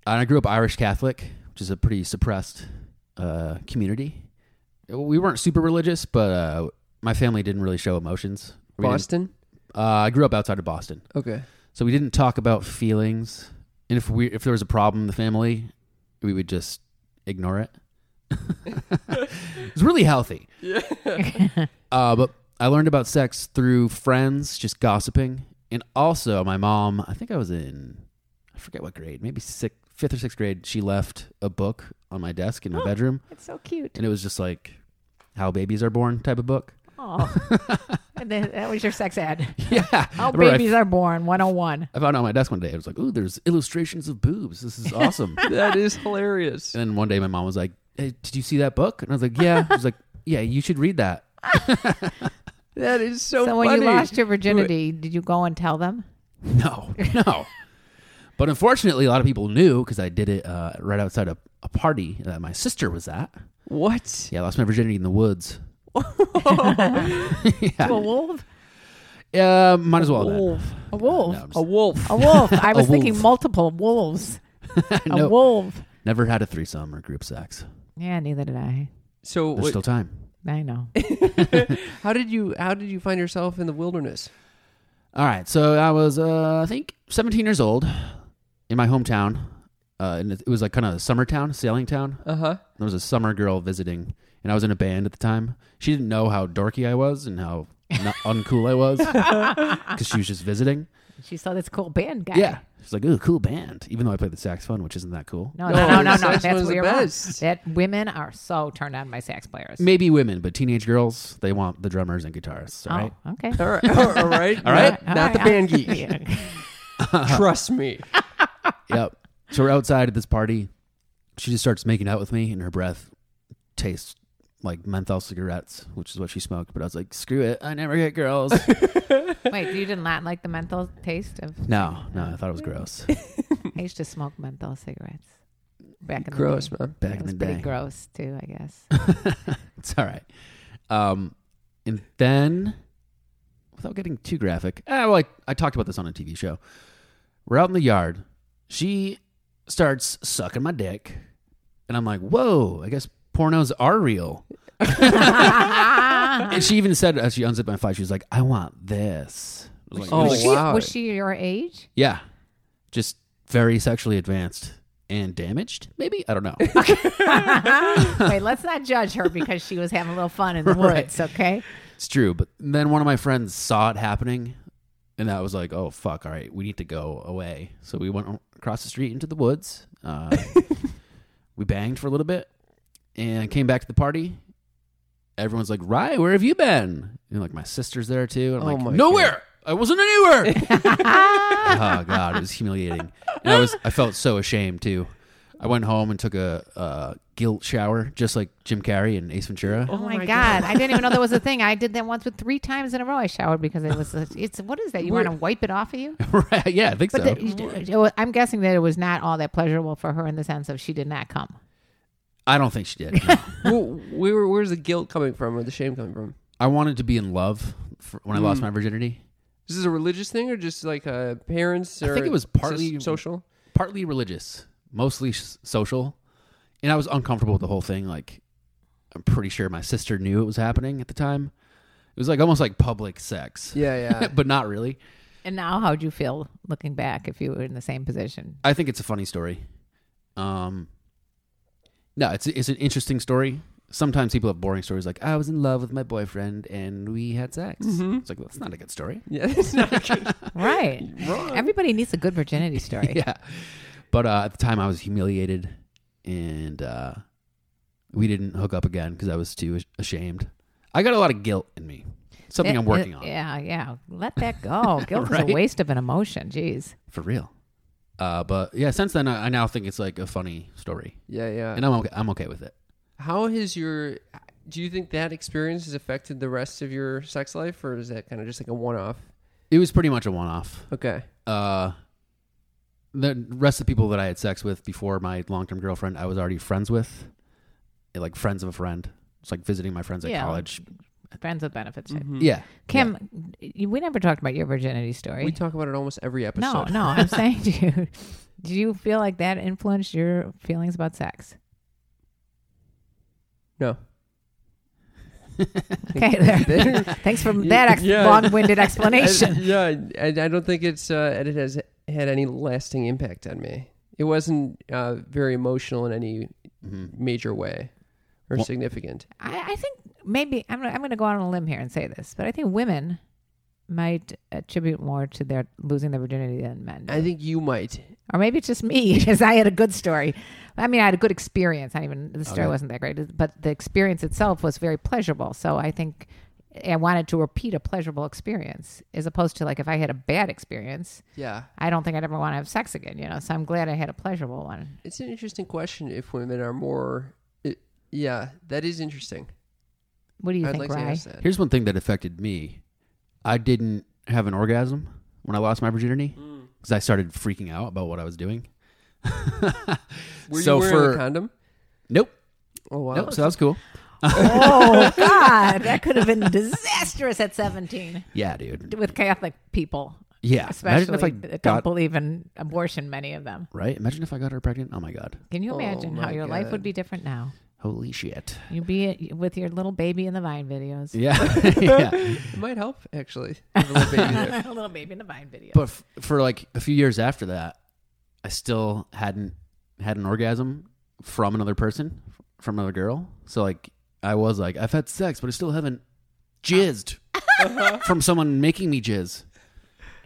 G: And I grew up Irish Catholic, which is a pretty suppressed uh, community. We weren't super religious, but uh, my family didn't really show emotions. We didn't-
C: Boston.
G: Uh, I grew up outside of Boston,
C: Okay.
G: so we didn't talk about feelings. And if we if there was a problem in the family, we would just ignore it. it's really healthy. Yeah. uh, but I learned about sex through friends, just gossiping, and also my mom. I think I was in, I forget what grade, maybe sixth, fifth or sixth grade. She left a book on my desk in my bedroom,
B: It's so cute.
G: and it was just like how babies are born type of book.
B: Oh, and then, that was your sex ed.
G: Yeah,
B: How
G: I remember I
B: babies are born. One hundred and one.
G: I found it on my desk one day. I was like, "Ooh, there's illustrations of boobs. This is awesome." and
C: That is hilarious.
G: then one day, my mom was like, hey, "Did you see that book?" And I was like, "Yeah." I was like, "Yeah, you should read that."
C: That is so,
B: So, when you
C: funny.
B: lost your virginity, did you go and tell them?
G: No, no. but unfortunately, a lot of people knew because I did it uh, right outside a, a party that my sister was at.
C: What?
G: Yeah, I lost my virginity in the woods.
B: To a wolf.
G: Uh, might as well. Then.
B: A wolf.
G: No, I'm
C: A
G: just-
C: wolf.
B: A wolf. I was thinking
G: wolf.
B: multiple wolves. A
G: No.
B: wolf.
G: Never had a threesome or group sex.
B: Yeah, neither did I.
C: So
G: There's
C: what-
G: still time.
B: I know.
C: how did you how did you find yourself in the wilderness?
G: All right, so I was, uh, I think, 17 years old in my hometown, uh, and it it was like kind of a summer town, sailing town.
C: Uh huh.
G: There was a summer girl visiting, and I was in a band at the time. She didn't know how dorky I was and how not uncool I was because she was just visiting.
B: She saw this cool band guy.
G: Yeah, she's like, "Ooh, cool band," even though I played the saxophone, which isn't that cool.
B: No, no, no, no, no.
C: saxophone's
B: That's where
C: the
B: you're wrong.
C: best.
B: That women are so turned on by sax players.
G: Maybe women, but teenage girls, they want the drummers and guitarists,
B: oh,
G: right?
B: okay.
C: All right. All right.
G: All right.
C: Not, not the band geek.
B: Yeah.
C: Trust me.
G: yep. So we're outside at this party. She just starts making out with me, and her breath tastes like menthol cigarettes, which is what she smoked. But I was like, screw it. I never get girls.
B: Wait, you did not like the menthol taste of?
G: no, no, I thought it was gross.
B: I used to smoke menthol cigarettes back in
C: Gross,
B: the day.
C: man.
B: It
G: Back in
B: was
G: the
B: pretty
G: day.
B: gross too, I guess.
G: It's all right. Um, and then, without getting too graphic, ah, well, I, I talked about this on a TV show. We're out in the yard. She starts sucking my dick. And I'm like, whoa, I guess pornos are real. and she even said, as she unzipped my file, she was like, I want this. I was like-
C: Oh,
G: I was
B: was,
G: like,
B: she,
C: wow.
B: was she your age?
G: Yeah. Just very sexually advanced and damaged, maybe? I don't know.
B: Wait, let's not judge her because she was having a little fun in the
G: Right.
B: woods. Okay.
G: It's true, but then one of my friends saw it happening, and I was like, "Oh fuck! All right, we need to go away." So we went o- across the street into the woods. Uh, we banged for a little bit, and came back to the party. Everyone's like, "Rye, where have you been?" And like my sister's there too. And I'm
C: Oh my
G: like, "Nowhere. I wasn't anywhere." oh god, it was humiliating, and I was I felt so ashamed too. I went home and took a, uh guilt shower, just like Jim Carrey and Ace Ventura.
B: Oh, my god. I didn't even know that was a thing. I did that once with three times in a row. I showered because it was. A, it's what is that? You want to wipe it off of you?
G: Right, yeah, I think
B: But
G: so.
B: the- it was- I'm guessing that it was not all that pleasurable for her in the sense of she did not come.
G: I don't think she did. no.
C: Well, where, where's the guilt coming from or the shame coming from?
G: I wanted to be in love for, when I
C: Mm.
G: lost my virginity.
C: Is this a religious thing or just like uh, parents?
G: I
C: Or
G: think it was partly-
C: so- social.
G: Partly religious, mostly s- social, and I was uncomfortable with the whole thing. Like, I'm pretty sure my sister knew it was happening at the time. It was like almost like public sex,
C: Yeah, yeah.
G: but not really.
B: And now, how'd you feel looking back if you were in the same position?
G: I think it's a funny story. Um, no, it's it's an interesting story. Sometimes people have boring stories like I was in love with my boyfriend and we had sex.
C: Mm-hmm.
G: It's like well, that's not a good story.
C: yeah, it's not good.
B: Right. Everybody needs a good virginity story.
G: yeah. But uh, at the time, I was humiliated, and uh, we didn't hook up again because I was too ash- ashamed. I got a lot of guilt in me. Something I'm
B: It-
G: working
B: it-
G: on.
B: Yeah, yeah. Let that go. Guilt is
G: Right?
B: a waste of an emotion. Jeez.
G: for real. Uh, but yeah, since then I, I now think it's like a funny story,
C: Yeah, yeah.
G: and I'm okay, I'm okay with it.
C: How has your do you think that experience has affected the rest of your sex life or is that kind of just like a one off?
G: It was pretty much a one-off.
C: Okay.
G: Uh, the rest of the people that I had sex with before my long-term girlfriend, I was already friends with, like friends of a friend. It's like visiting my friends at
B: Yeah. Mm-hmm.
G: college.
B: Friends with benefits.
C: Mm-hmm.
B: right?
G: Yeah,
B: Kim, you- we never talked about your virginity story.
C: We talk about it almost every
B: no,
C: episode.
B: no. I'm saying to you, do you feel like that influenced your feelings about sex?
C: No.
B: Okay, there. Thanks for that ex-
C: Yeah.
B: long-winded
C: I,
B: explanation.
C: yeah, I, I don't think it's uh, it has had any lasting impact on me. It wasn't uh, very emotional in any
G: Mm-hmm.
C: major way or
G: Well-
C: significant.
B: I, I think maybe I'm, gonna- I'm going to go out on a limb here and say this, but I think women might attribute more to their losing their virginity than men. do.
C: I think you might.
B: or maybe it's just me because I had a good story. I mean, I had a good experience. I even the story
G: Okay.
B: wasn't that great, but the experience itself was very pleasurable. So I think I wanted to repeat a pleasurable experience as opposed to like if I had a bad experience,
C: Yeah,
B: I don't think I'd ever want to have sex again. You know, so I'm glad I had a pleasurable one.
C: it's an interesting question. If women are more, it, yeah, that is interesting.
B: What do you
C: I'd
B: think,
C: like to
B: Rye?
C: ask that.
G: Here's one thing that affected me. I didn't have an orgasm when I lost my virginity because I started freaking out about what I was doing.
C: Were
G: So
C: you wearing
G: for-
C: a condom?
G: Nope.
C: Oh wow.
G: Nope. So that was cool.
B: oh God, that could have been disastrous at 17
G: Yeah, dude.
B: with Catholic people,
G: Yeah.
B: especially
G: Imagine if I
B: that don't
G: got
B: believe in abortion. Many of them.
G: right. Imagine if I got her pregnant. Oh my god.
B: Can you imagine how
C: my
B: your life
C: God.
B: would be different now?
G: Holy shit.
B: You be with your little baby in the Vine videos.
G: Yeah. yeah.
C: It might help actually. Have a little baby there.
B: a little baby in the Vine video.
G: But f- for like a few years after that, I still hadn't had an orgasm from another person, from another girl. So like I was like, I've had sex, but I still haven't jizzed
C: Ah.
G: from someone making me jizz.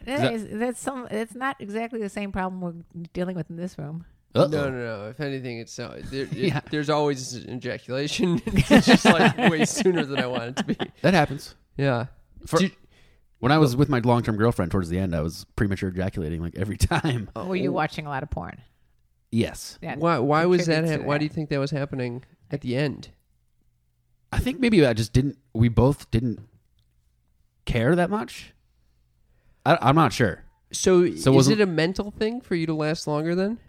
B: That
G: that-
B: is, that's some. It's not exactly the same problem we're dealing with in this room.
G: Uh-oh.
C: No, no, no. If anything, it's uh, there, it-
G: Yeah.
C: there's always an ejaculation. it's just like way sooner than I want it to be.
G: That happens.
C: Yeah.
G: For, when I was with my long term girlfriend towards the end, I was premature ejaculating like every time.
B: Were Oh, you watching a lot of porn?
G: Yes.
B: Yeah.
C: Why? Why was that?
B: contributes
C: ha-
B: to
C: Why
B: that.
C: do you think that was happening at the end?
G: I think maybe I just didn't, we both didn't care that much. I, I'm not sure.
C: So, is
G: wasn't-
C: it a mental thing for you to last longer then?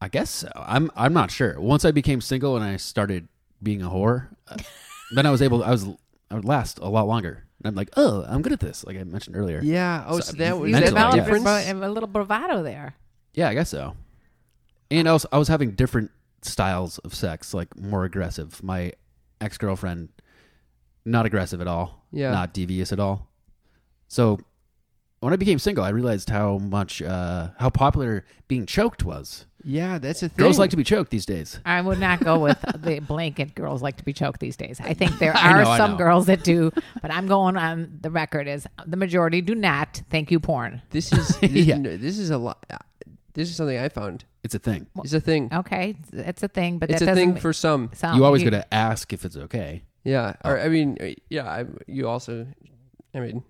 G: I guess so. I'm I'm not sure. Once I became single and I started being a whore, uh, then I was able. I was I would last a lot longer. And I'm like, oh, I'm good at this. Like I mentioned earlier.
C: Yeah. Oh,
G: So,
C: so, that was
B: You
C: that
G: Mentally,
B: developed
C: the
G: yeah.
B: a,
C: difference.
B: bra- a little bravado there.
G: Yeah, I guess so. And also, I was having different styles of sex, like more aggressive. My ex girlfriend, not aggressive at all.
C: Yeah.
G: Not devious at all. So when I became single, I realized how much uh, how popular being choked was.
C: Yeah, that's a thing.
G: Girls like to be choked these days.
B: I would not go with the blanket girls like to be choked these days. I think there
G: I
B: are
G: know, I
B: some
G: know.
B: girls that do, but I'm going on the record is the majority do not. Thank you, porn.
C: This is this,
G: Yeah.
C: no, this is a lot. This is something I found.
G: It's a thing.
C: It's a thing.
B: Okay, it's a thing, but
C: It's
B: that
C: a
B: doesn't
C: thing
B: ma-
C: for some.
B: sound-
G: You always got to ask if it's okay.
C: Yeah. Or I mean, uh, yeah. I, you also, I mean,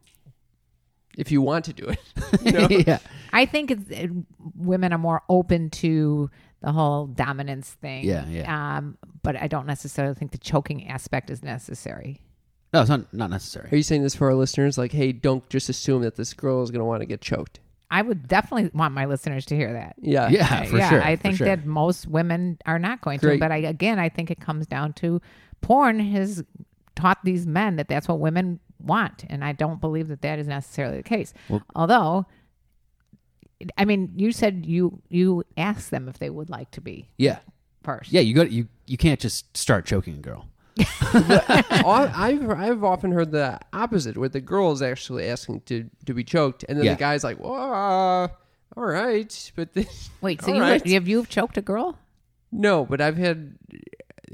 C: if you want to do it, you know?
G: yeah.
B: I think it's, it, women are more open to the whole dominance thing.
G: Yeah, yeah.
B: Um, but I don't necessarily think the choking aspect is necessary.
G: No, it's not not
C: Are
G: necessary.
C: you saying this for our listeners? Like, hey, don't just assume that this girl is going to want to get choked.
B: I would definitely want my listeners to hear that.
C: Yeah.
G: Yeah, for
B: yeah,
G: sure.
B: I
G: for
B: think
G: sure.
B: that most women are not going
C: Great.
B: to. But I again, I think it comes down to porn has taught these men that that's what women want, and I don't believe that that is necessarily the case. Although, I mean, you said you you asked them if they would like to be
G: yeah,
B: first.
G: yeah. You got you. You can't just start choking a girl.
C: Al- I've I've often heard the opposite, where the girl is actually asking to to be choked, and then
G: Yeah.
C: the guy's like, "Well, uh, all right," but then,
B: Wait, so
C: all
B: you
C: right."
B: have you choked a girl?
C: no, but I've had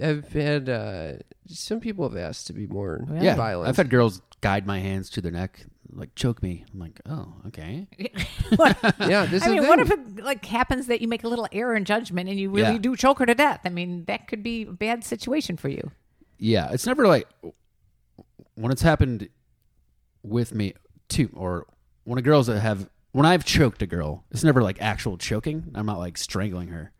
C: I've had uh, some people have asked to be more
G: yeah,
C: violent.
G: I've had girls guide my hands to their neck, like choke me. I'm like, oh, okay.
C: yeah, this
B: I
C: is
B: mean,
C: the
B: what
C: thing.
B: if it like happens that you make a little error in judgment and you really
G: Yeah.
B: do choke her to death? I mean, that could be a bad situation for you.
G: Yeah, it's never like when it's happened with me too, or when a girl's that have when I've choked a girl, it's never like actual choking. I'm not like strangling her.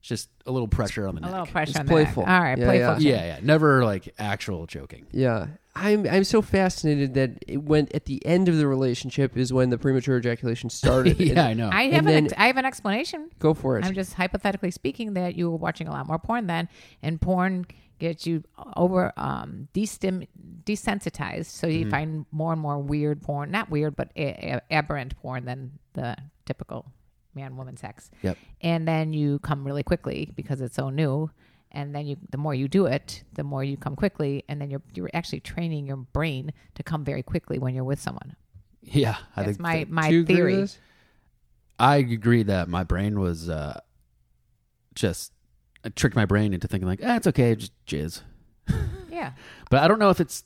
G: It's just a little pressure on the
B: A
G: neck.
B: little pressure
C: It's
B: on the neck.
C: playful.
B: All right,
C: Yeah,
B: playful.
C: yeah.
G: Yeah, yeah. Never like actual choking.
C: Yeah. I'm I'm so fascinated that it went at the end of the relationship is when the premature ejaculation started. And-
G: yeah, I know.
B: I have
C: Oh. And
B: an
C: then-
B: ex- I have an explanation.
C: Go for it.
B: I'm just hypothetically speaking that you were watching a lot more porn then, and porn gets you over um, destim- desensitized, so
C: Mm-hmm.
B: you find more and more weird porn. Not weird, but a- a- aberrant porn than the typical man woman sex.
G: Yep.
B: And then you come really quickly because it's so new. And then you, the more you do it, the more you come quickly, and then you're you're actually training your brain to come very quickly when you're with someone.
G: yeah, I
B: That's
G: think
B: my
G: that-
B: my
C: Do you agree with
B: theory.
C: this?
G: I agree that my brain was uh, just I tricked my brain into thinking like, ah, it's okay, just jizz.
B: Yeah.
G: But I don't know if it's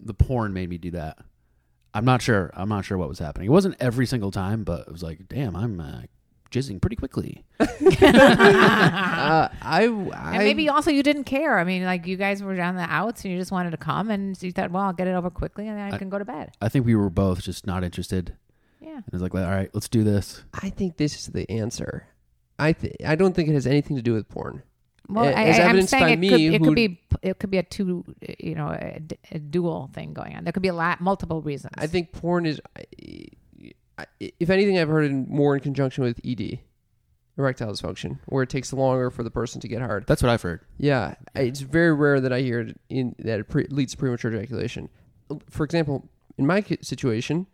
G: the porn made me do that. I'm not sure. I'm not sure what was happening. It wasn't every single time, but it was like, damn, I'm uh, jizzing pretty quickly.
C: Uh, I, I
B: And maybe also you didn't care. I mean, like you guys were down the outs and you just wanted to come and you thought, well, I'll get it over quickly and then I, can go to bed.
G: I think we were both just not interested.
B: Yeah.
G: It was like, all right, let's do this.
C: I think this is the answer. I th- I don't think it has anything to do with porn.
B: Well,
C: A-
B: I,
C: as
B: I, am
C: evidenced by
B: saying it, could,
C: me,
B: it
C: who-
B: could be it could be a two, you know, a, d- a dual thing going on. There could be a lot multiple reasons.
C: I think porn is, I- I- if anything, I've heard it in, more in conjunction with ED, erectile dysfunction, where it takes longer for the person to get hard.
G: That's what I've heard.
C: Yeah, I- it's very rare that I hear it in that it pre- leads to premature ejaculation. For example, in my ca- situation,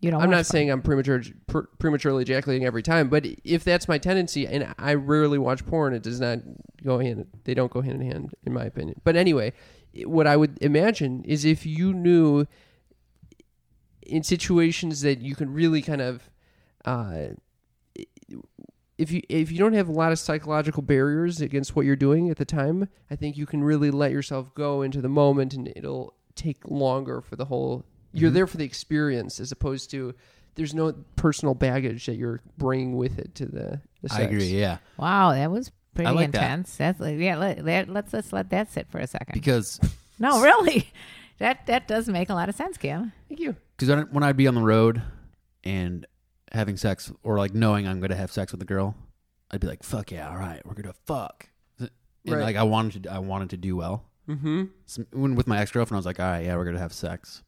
B: you know,
C: Oh, I'm not saying I'm premature, pr- prematurely ejaculating every time, but if that's my tendency, and I rarely watch porn, it does not go hand. They don't go hand in hand, in my opinion. But anyway, what I would imagine is if you knew in situations that you can really kind of, uh, if you if you don't have a lot of psychological barriers against what you're doing at the time, I think you can really let yourself go into the moment, and it'll take longer for the whole. You're
G: Mm-hmm.
C: there for the experience as opposed to there's no personal baggage that you're bringing with it to the. the sex.
G: I agree. Yeah,
B: wow, that was pretty
G: like that.
B: intense. That's like, yeah, let, let, let's let's let that sit for a second.
G: because
B: no, really, that that does make a lot of sense, Kim.
C: Thank you.
G: because when I'd be on the road and having sex, or like knowing I'm going to have sex with a girl, I'd be like, fuck yeah, all right, we're gonna fuck. And
C: Right.
G: like I wanted to, I wanted to do well.
C: Mm-hmm.
G: So when with my ex girlfriend, I was like, all right, yeah, we're gonna have sex.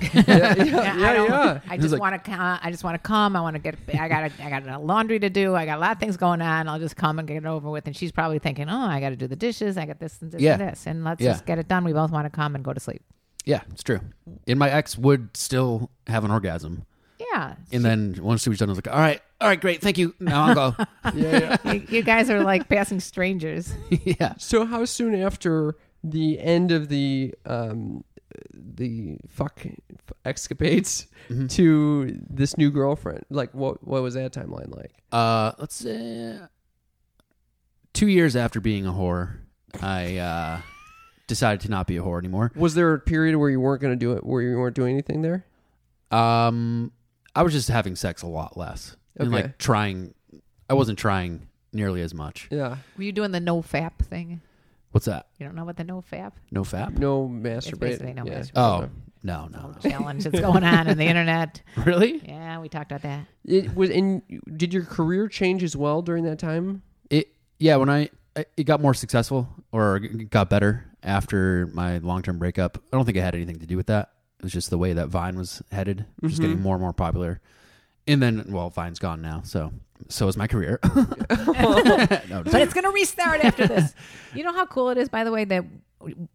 C: yeah, yeah, yeah.
B: I don't.
C: yeah.
B: I
G: He's
B: just
G: like-
B: want to. I just want to come. I want to get. I got. I got a laundry to do. I got a lot of things going on. I'll just come and get it over with. And she's probably thinking, "Oh, I got to do the dishes. I got this and this
G: Yeah.
B: and this, and let's
G: Yeah.
B: just get it done. We both want to come and go to sleep."
G: Yeah, it's true. And my ex would still have an orgasm.
B: Yeah,
G: And then once she was done, I was like, all right, all right, great, thank you. Now I'll go.
B: you, you guys are like passing strangers.
G: yeah.
C: So how soon after the end of the um the fuck escapades
B: Mm-hmm.
C: to this new girlfriend? Like what what was that timeline like?
G: Uh, let's say two years after being a whore, I uh, decided to not be a whore anymore.
C: Was there a period where you weren't going to do it where you weren't doing anything there?
G: Um, I was just having sex a lot less and
C: Okay.
G: like trying. I wasn't trying nearly as much.
C: Yeah.
B: Were you doing the no fap thing?
G: What's that?
B: You don't know what the no fap
G: No fap?
C: No
B: It's
C: masturbate.
B: basically no
C: yeah.
B: masturbate.
G: Oh no, no, no.
B: challenge that's going on in the internet.
G: really?
B: Yeah, we talked about that.
C: It was and did your career change as well during that time?
G: it yeah when I, I it got more successful or it got better after my long-term breakup i don't think it had anything to do with that it was just the way that vine was headed It was just getting more and more popular and then well vine's gone now so so is my career no, just-
B: but it's going to restart after this. You know how cool it is, by the way, that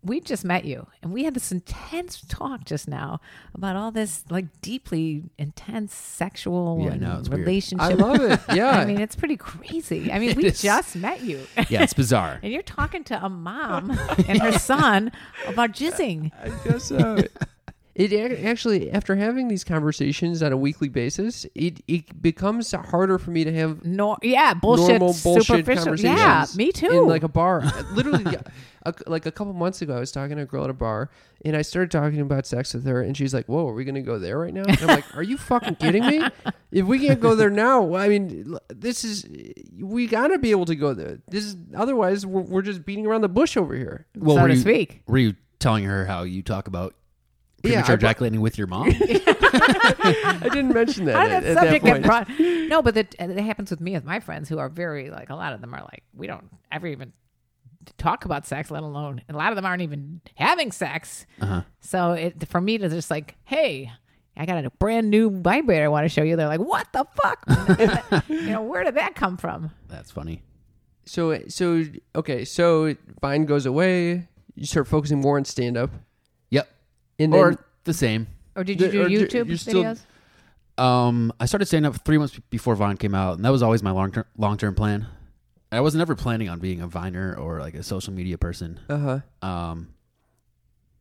B: we just met you and we had this intense talk just now about all this like deeply intense sexual
G: Yeah, I
B: and
G: know, it's weird.
B: relationship.
C: I love it. Yeah.
B: I mean, it's pretty crazy. I mean, we
G: is.
B: just met you.
G: yeah it's bizarre
B: And you're talking to a mom and her son about jizzing.
C: I guess so. It ac- actually, after having these conversations on a weekly basis, it, it becomes harder for me to have
B: No, yeah, bullshit,
C: normal bullshit
B: superficial.
C: conversations.
B: Yeah, me too.
C: In like a bar, literally, a, like a couple months ago, I was talking to a girl at a bar, and I started talking about sex with her, and she's like, "Whoa, are we gonna go there right now?" And I'm like, "Are you fucking kidding me? If we can't go there now, I mean, l- this is we gotta be able to go there. This is otherwise we're, we're just beating around the bush over here."
G: well
B: so
G: were
B: to
G: you
B: speak.
G: were you telling her how you talk about
C: Yeah, I
G: premature
C: brought-
G: ejaculating with your mom.
C: I didn't mention that.
B: How did that
C: at, at that
B: subject
C: point.
B: get brought? No, but that and it happens with me with my friends who are very like a lot of them are like we don't ever even talk about sex, let alone and a lot of them aren't even having sex. So it for me to just like, hey, I got a brand new vibrator I want to show you. They're like, what the fuck? you know, where did that come from?
G: That's funny.
C: so so okay. So Vine goes away. You start focusing more on stand up.
G: Yep.
C: And
G: or
C: then,
G: the same.
B: Or did you
C: The-
B: do
C: or ju-
B: YouTube
C: you're
B: videos?
C: still-
G: Um, I started stand up three months be- before Vine came out, and that was always my long term long term plan. I was never planning on being a Viner or like a social media person.
C: uh huh.
G: Um,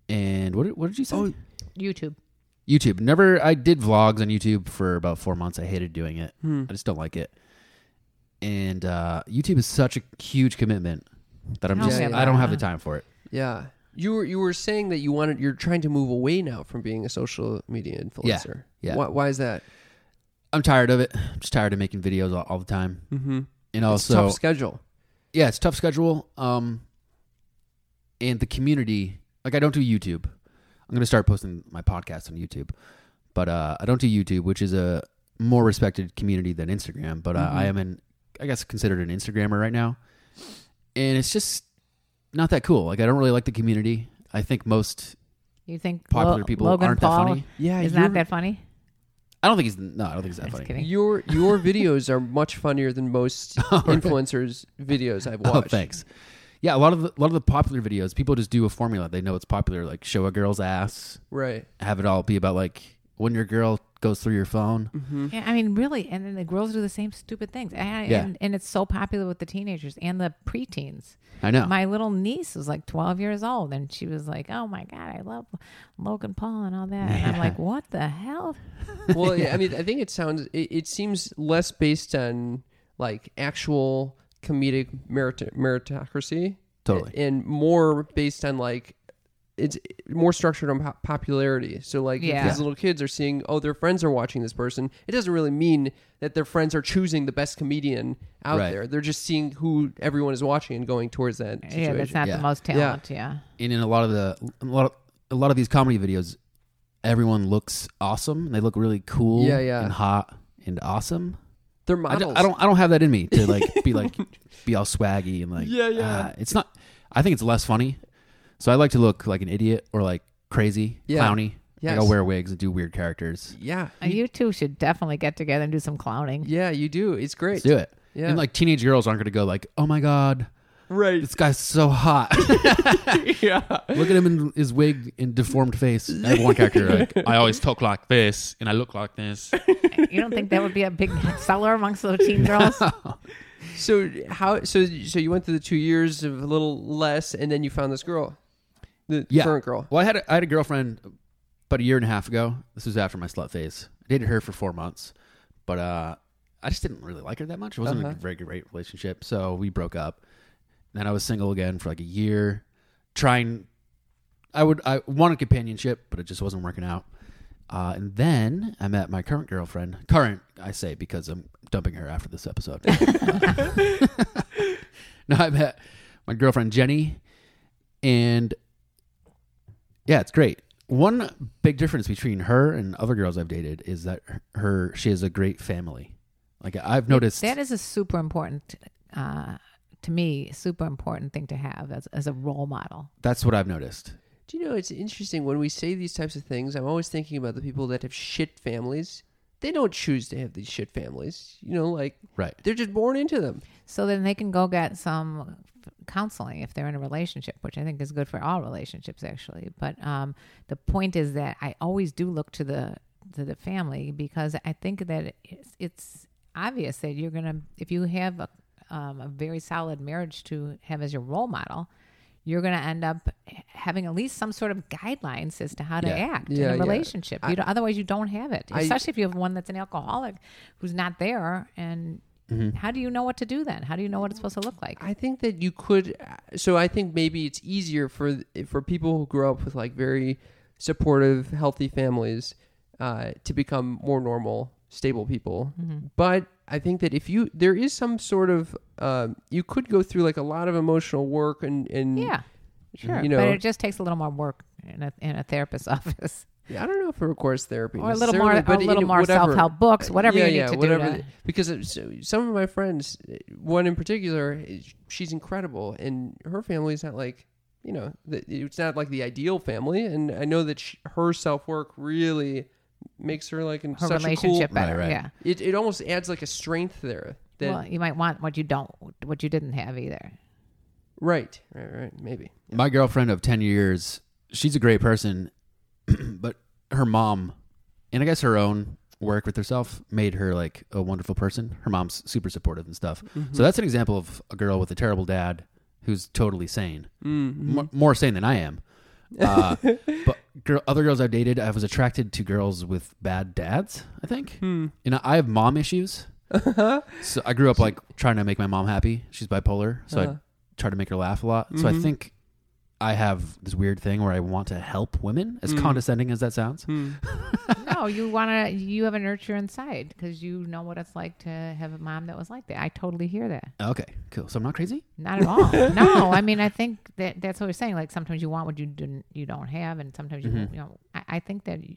G: and what did, what did you say?
C: Oh.
B: YouTube.
G: YouTube. Never. I did vlogs on YouTube for about four months. I hated doing it.
C: hmm. Mm.
G: I just don't like it. And uh, YouTube is such a huge commitment that I'm
B: Hell
G: just
C: Oh, yeah.
G: I don't have the time for it.
C: Yeah. You were you were saying that you wanted you're trying to move away now from being a social media influencer.
G: yeah.
C: Why, why is that?
G: I'm tired of it. I'm just tired of making videos all, all the time.
C: Mm-hmm.
G: And
C: It's a
G: also,
C: tough schedule.
G: yeah, it's a tough schedule. Um, and the community, like I don't do YouTube. I'm gonna start posting my podcast on YouTube, but uh, I don't do YouTube, which is a more respected community than Instagram. But uh, I
B: Mm-hmm.
G: am an, I guess, considered an Instagrammer right now, and it's just not that cool. Like I don't really like the community. I think most
B: You think
G: popular
B: Lo-
G: people
B: Logan
G: aren't
B: Paul
G: that funny.
C: Yeah,
B: Is
C: you're-
B: not that funny?
G: I don't think he's no. I don't think he's that
B: I'm just
G: funny.
B: kidding.
C: Your your videos are much funnier than most
G: Oh, really?
C: influencers' videos I've
G: Oh,
C: watched.
G: thanks. Yeah, a lot of the, a lot of the popular videos, people just do a formula. They know it's popular. Like show a girl's ass,
C: Right.
G: have it all be about like when your girl goes through your phone.
C: Mm-hmm.
B: Yeah, I mean, really, and then the girls do the same stupid things, and,
G: Yeah.
B: and, and it's so popular with the teenagers and the preteens.
G: I know.
B: My little niece was like 12 years old, and she was like, "Oh my god, I love Logan Paul and all that." And I'm like, "What the hell?"
C: Well, yeah, I mean, I think it sounds it, it seems less based on like actual comedic merit- meritocracy
G: Totally.
C: and more based on like it's more structured on pop- popularity. So like if
B: Yeah.
C: these little kids are seeing oh their friends are watching this person, it doesn't really mean that their friends are choosing the best comedian out
G: Right.
C: there. They're just seeing who everyone is watching and going towards that situation.
B: Yeah, that's not
G: Yeah.
B: the most talent. Yeah,
G: and in a lot of the a lot of, a lot of these comedy videos, everyone looks awesome. and They look really cool.
C: Yeah, yeah.
G: and hot and awesome.
C: They're
G: I
C: models.
G: don't, I don't I don't have that in me to like be like be all swaggy and like
C: Yeah, yeah.
G: ah, it's not. I think it's less funny. So I like to look like an idiot or like crazy,
C: Yeah.
G: clowny.
C: Yes.
G: Like I'll wear wigs and do weird characters.
C: Yeah.
B: Uh, you two should definitely get together and do some clowning.
C: Yeah, you do. It's great.
G: Let's do it.
C: Yeah.
G: And like teenage girls aren't going to go like, oh my god,
C: Right.
G: this guy's so hot.
C: yeah.
G: Look at him in his wig and deformed face. I have one character like, I always talk like this and I look like this.
B: You don't think that would be a big seller amongst those teen girls?
C: So how? So so you went through the two years of a little less, and then you found this girl, the
G: Yeah.
C: current girl.
G: Well, I had a, I had a girlfriend about a year and a half ago. This was after my slut phase. I dated her for four months, but uh, I just didn't really like her that much. It wasn't a very great relationship, so we broke up. Then I was single again for like a year, trying. I would I wanted companionship, but it just wasn't working out. Uh, and then I met my current girlfriend. Current, I say, because I'm dumping her after this episode. no, I met my girlfriend Jenny, and yeah, it's great. One big difference between her and other girls I've dated is that her- her she has a great family. Like I've noticed
B: That is a super important, uh, to me, super important thing to have as, as a role model.
G: that's what I've noticed.
C: Do you know it's interesting when we say these types of things? I'm always thinking about the people that have shit families. They don't choose to have these shit families. You know, like
G: Right.
C: they're just born into them.
B: So then they can go get some counseling if they're in a relationship, which I think is good for all relationships actually. But um, the point is that I always do look to the to the family because I think that it's, it's obvious that you're gonna if you have a, um, a very solid marriage to have as your role model. You're going to end up having at least some sort of guidelines as to how to
G: Yeah.
B: act
C: Yeah,
B: in
C: yeah.
B: a relationship. you don't, otherwise, you don't have it,
C: I-
B: especially if you have one that's an alcoholic who's not there and how do you know what to do then? How do you know what it's supposed to look like?
C: Mm-hmm. I think that you could. uh, So I think maybe it's easier for for people who grow up with like very supportive, healthy families uh, to become more normal, stable people.
B: Mm-hmm.
C: But I think that if you there is some sort of um you could go through like a lot of emotional work and and
B: yeah. Sure,
C: You know-
B: but it just takes a little more work in a in a therapist's office,
C: Yeah, I don't know if it requires therapy
B: or a little more,
C: necessarily,
B: a
C: but
B: little
C: in
B: more
C: whatever-
B: self help books, whatever
C: Uh, yeah,
B: you need
C: yeah,
B: to
C: whatever.
B: do. To,
C: Because it- so, some of my friends, one in particular, she's incredible, and her family's not like you know, the, it's not like the ideal family, and I know that she, her self work really makes her like in
B: her
C: such
B: relationship
C: a cool.
B: better.
G: Right, right.
B: Yeah.
C: It it almost adds like a strength there. That
B: well, you might want what you don't, what you didn't have either.
C: right, right, right, maybe.
G: My girlfriend of 10 years, she's a great person, but her mom, and I guess her own work with herself, made her like a wonderful person. Her mom's super supportive and stuff.
B: Mm-hmm.
G: So that's an example of a girl with a terrible dad who's totally sane,
C: Mm-hmm.
B: Mm-hmm.
G: Mo- more sane than I am. Uh, but girl, other girls I've dated, I was attracted to girls with bad dads, I think.
C: Hmm.
G: You know, I have mom issues.
C: Mm-hmm.
G: so I grew up like trying to make my mom happy. She's bipolar. So
C: Uh-huh.
G: I try to make her laugh a lot. So I think I have this weird thing where I want to help women, as condescending as that sounds.
C: Mm-hmm.
B: no, you want to. You have a nurture inside because you know what it's like to have a mom that was like that. I totally hear that.
G: Okay, cool. So I'm not crazy?
B: Not at all. no, I mean, I think that that's what we're saying. Like sometimes you want what you didn't, you don't have, and sometimes you,
G: Mm-hmm.
B: you know. I, I think that you-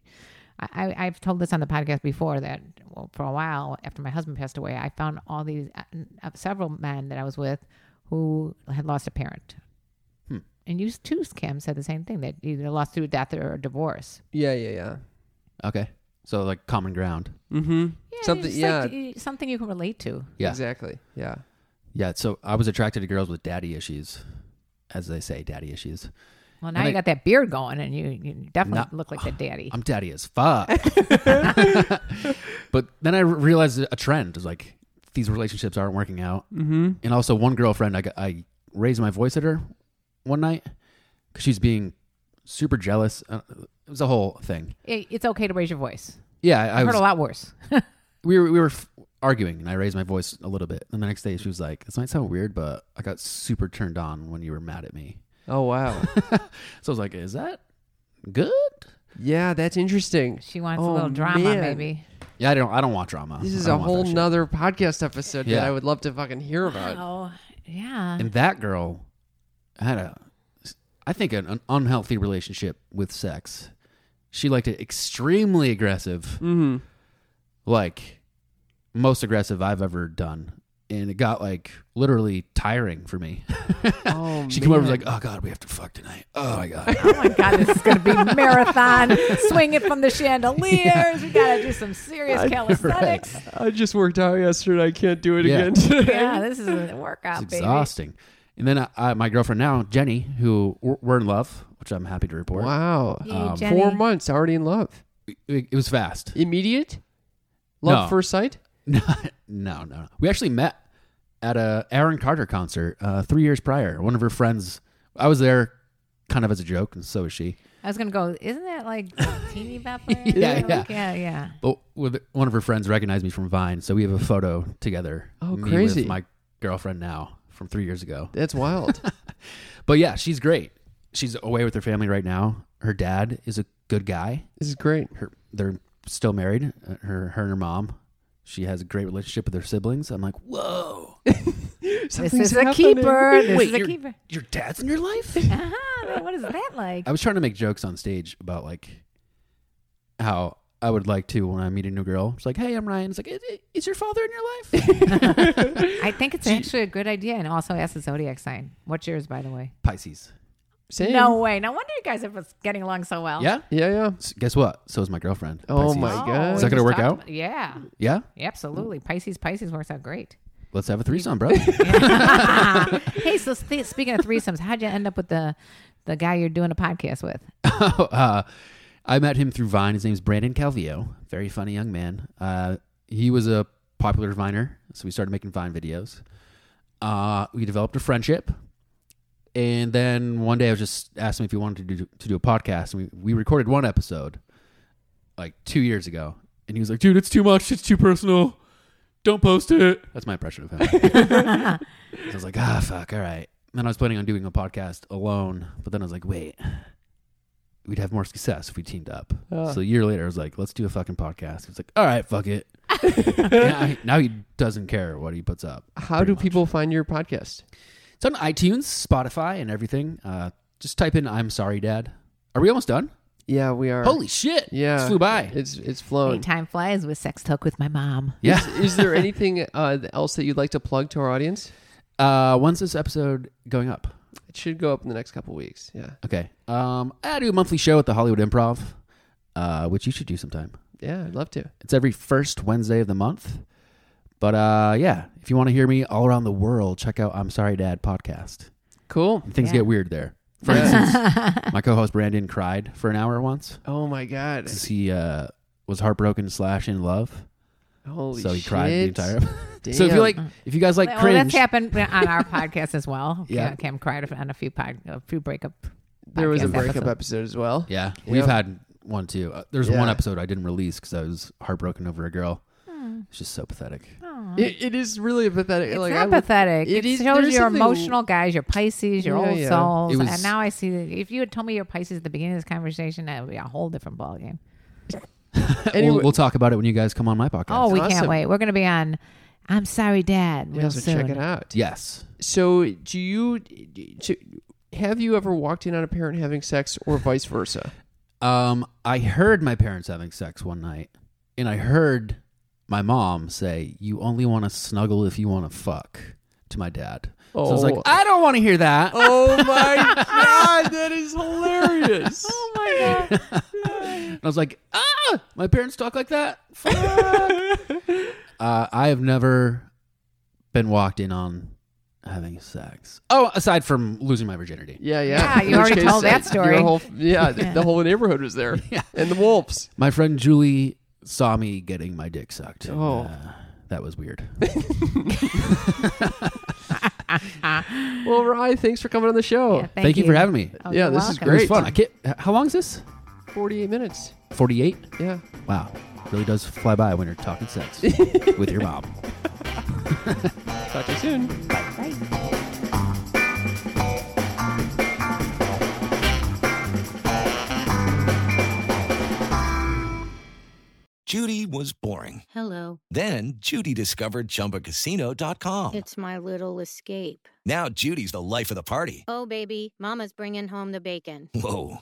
B: I, I- I've told this on the podcast before that well, for a while after my husband passed away, I found all these uh, uh, several men that I was with who had lost a parent.
G: Hmm.
B: And you too, Kim, said the same thing that either lost through death or divorce.
C: Yeah, yeah, yeah.
G: Okay. So like common ground.
C: Mm-hmm.
B: Yeah,
C: Something-
B: it's
C: yeah.
B: like, uh, something you can relate to.
G: Yeah.
C: Exactly. Yeah.
G: Yeah. So I was attracted to girls with daddy issues, as they say, daddy issues.
B: Well, now
G: And
B: you
G: I-
B: got that beard going, and you, you definitely
G: Not-
B: look like the daddy.
G: I'm daddy as fuck. but then I re- realized a trend is like these relationships aren't working out. Mm-hmm. And also, one girlfriend, I, got- I raised my voice at her one night because she's being super jealous. Uh, it was a whole thing.
B: It- it's okay to raise your voice.
G: Yeah, I, I
B: I've
G: was.
B: heard a lot worse.
G: We were we were f- arguing, and I raised my voice a little bit. And the next day, she was like, "This might sound weird, but I got super turned on when you were mad at me."
C: Oh wow.
G: So I was like, "Is that good?"
C: yeah, that's interesting.
B: She wants a
C: Oh,
B: little drama,
C: man.
B: maybe.
G: Yeah, I don't. I don't want drama.
C: This
G: Uh-huh. I
C: is
G: don't
C: a
G: want
C: whole
G: that shit.
C: nother podcast episode
G: Yeah.
C: that I would love to fucking hear about.
B: Oh, yeah.
G: And that girl had a, I think, an, an unhealthy relationship with sex. She liked it extremely aggressive,
B: Mm.
G: like most aggressive I've ever done. And it got like literally tiring for me.
C: Oh,
G: she came over and was
C: man.
G: like, "Oh God, we have to fuck tonight. Oh my God."
B: oh my God, this is going to be marathon. Swing it from the chandeliers. We got to do some serious calisthenics.
G: "Uh,
C: I just worked out yesterday. I can't do it
G: Yeah.
C: again today.
B: Yeah, this is a workout,
G: It's
B: baby.
G: exhausting. And then I, I, my girlfriend now, Jenny, who we're, we're in love, which I'm happy to report.
C: Wow.
G: Um,
B: You, Jenny.
C: Four months already in love.
G: It, it was fast.
C: Immediate? Love
G: No.
C: first sight?
G: no, no, no. We actually met at a Aaron Carter concert uh, three years prior. One of her friends. I was there, kind of as a joke, and so was she.
B: I was going to go, isn't that like teeny vampire?
G: Yeah,
B: Like,
G: yeah.
B: yeah, yeah.
G: But with one of her friends recognized me from Vine, so we have a photo together.
C: Oh,
G: Me with
C: crazy.
G: my girlfriend now from three years ago.
C: That's wild.
G: But yeah, she's great. She's away with her family right now. Her dad is a good guy.
C: this is great.
G: her they're still married. uh, Her her and her mom. She has a great relationship with her siblings. I'm like, whoa.
B: This
C: Something's
B: is a
C: happening.
B: keeper. This
G: Wait,
B: is a
G: your,
B: keeper.
G: your dad's in your life?
B: Ah, what is that like?
G: I was trying to make jokes on stage about like how I would like to when I meet a new girl. It's like, hey, I'm Ryan. It's like, is, is your father in your life?
B: I think it's actually a good idea. And also ask the zodiac sign. What's yours, by the way?
G: Pisces.
C: Same.
B: No way. No wonder you guys are getting along so well.
G: Yeah.
C: Yeah, yeah.
G: S- guess what? So is my girlfriend.
C: Oh
G: Pisces.
C: my god.
G: Is that gonna
B: we
G: work
B: talked
G: out?
B: about- yeah,
G: Yeah.
B: absolutely. Pisces, Pisces works out great.
G: Let's have a threesome, bro.
B: Hey, so st- speaking of threesomes, how'd you end up with the the guy you're doing a podcast with?
G: uh, I met him through Vine. His name's Brandon Calvillo. Very funny young man. Uh, he was a popular Viner, so we started making Vine videos. Uh, we developed a friendship. And then one day I was just asked him if he wanted to do, to do a podcast. And we, we recorded one episode like two years ago. And he was like, dude, it's too much. It's too personal. Don't post it. That's my impression of him. I was like, ah, fuck, all right. And then I was planning on doing a podcast alone, but then I was like, wait, we'd have more success if we teamed up. so a year later, I was like, let's do a fucking podcast. He was like, all right, fuck it. now, he- now he doesn't care what he puts up.
C: How
G: pretty
C: do
G: much.
C: people find your podcast?
G: It's on iTunes, Spotify, and everything. Uh, Just type in "I'm sorry, Dad." Are we almost done?
C: Yeah, we are.
G: Holy shit!
C: Yeah,
G: Just flew by.
C: It's it's flown.
B: time flies with sex talk with my mom.
G: yeah.
C: Is there anything uh, else that you'd like to plug to our audience?
G: Uh, when's this episode going up?
C: It should go up in the next couple weeks. Yeah,
G: Okay. Um, I do a monthly show at the Hollywood Improv, uh, which you should do sometime.
C: yeah, I'd love to.
G: It's every first Wednesday of the month. But uh, yeah, if you want to hear me all around the world, check out I'm Sorry Dad podcast.
C: Cool.
G: Things
B: Yeah.
G: get weird there. For instance, my co-host Brandon cried for an hour once
C: Oh my god.
G: 'cause he uh, was heartbroken slash in love,
C: Holy
G: so he
C: shit.
G: cried the entire. so if you like, if you guys like
B: well,
G: cringe,
B: oh, that's happened on our podcast as well.
G: Yeah.
B: Cam- Cam cried on a few pod, a few breakup.
C: there was a
B: podcast
C: breakup
B: episode.
C: episode as well.
G: yeah,
C: Yeah.
G: we've had one too. Uh, there's one
C: Yeah.
G: episode I didn't release because I was heartbroken over a girl.
B: Hmm.
G: It's just so pathetic.
B: Oh.
C: It, it is really pathetic.
B: It's
C: like,
B: not
C: I-
B: pathetic. It,
C: it is-
B: shows
C: there's
B: your
C: something-
B: emotional guys, your Pisces, your
C: Yeah,
B: old
C: yeah.
B: souls.
G: It was-
B: and now I see that if you had told me your Pisces at the beginning of this conversation, that would be a whole different ballgame.
C: Anyway,
G: we'll, we'll talk about it when you guys come on my podcast.
B: Oh, we
C: awesome.
B: can't wait. We're going to be on I'm Sorry Dad real
C: yeah, so
B: soon.
C: check it out.
G: yes.
C: So do you? Do, have you ever walked in on a parent having sex, or vice versa?
G: Um, I heard my parents having sex one night, and I heard my mom say, "You only want to snuggle if you want to fuck." To my dad, so I was like,
C: Oh.
G: "I don't want to hear that."
C: Oh my god, that is hilarious! oh my god.
G: And I was like, "Ah, my parents talk like that." Fuck. uh, I have never been walked in on having sex. Oh, aside from losing my virginity.
C: Yeah, yeah.
B: Yeah, you
C: In which
B: already
C: case,
B: told that
C: uh, your
B: story.
C: whole- yeah, the- the whole neighborhood was there, and the wolves.
G: My friend Julie saw me getting my dick sucked. and,
C: Oh.
G: uh, that was weird.
C: Well, Rye, thanks for coming on the show.
B: Yeah,
G: Thank, you for having me.
B: Oh,
C: Yeah,
B: you're
C: this is
B: welcome.
G: It was
C: Great.
G: fun. I can't, how long is this?
C: Forty-eight minutes.
G: 48?
C: Yeah.
G: Wow. Really does fly by when you're talking sex with your mom.
C: Talk to you soon.
H: Judy was boring.
I: Hello,
H: Then Judy discovered ChumbaCasino.com.
I: it's my little escape.
H: now Judy's the life of the party.
I: Oh, baby, Mama's bringing home the bacon.
H: Whoa,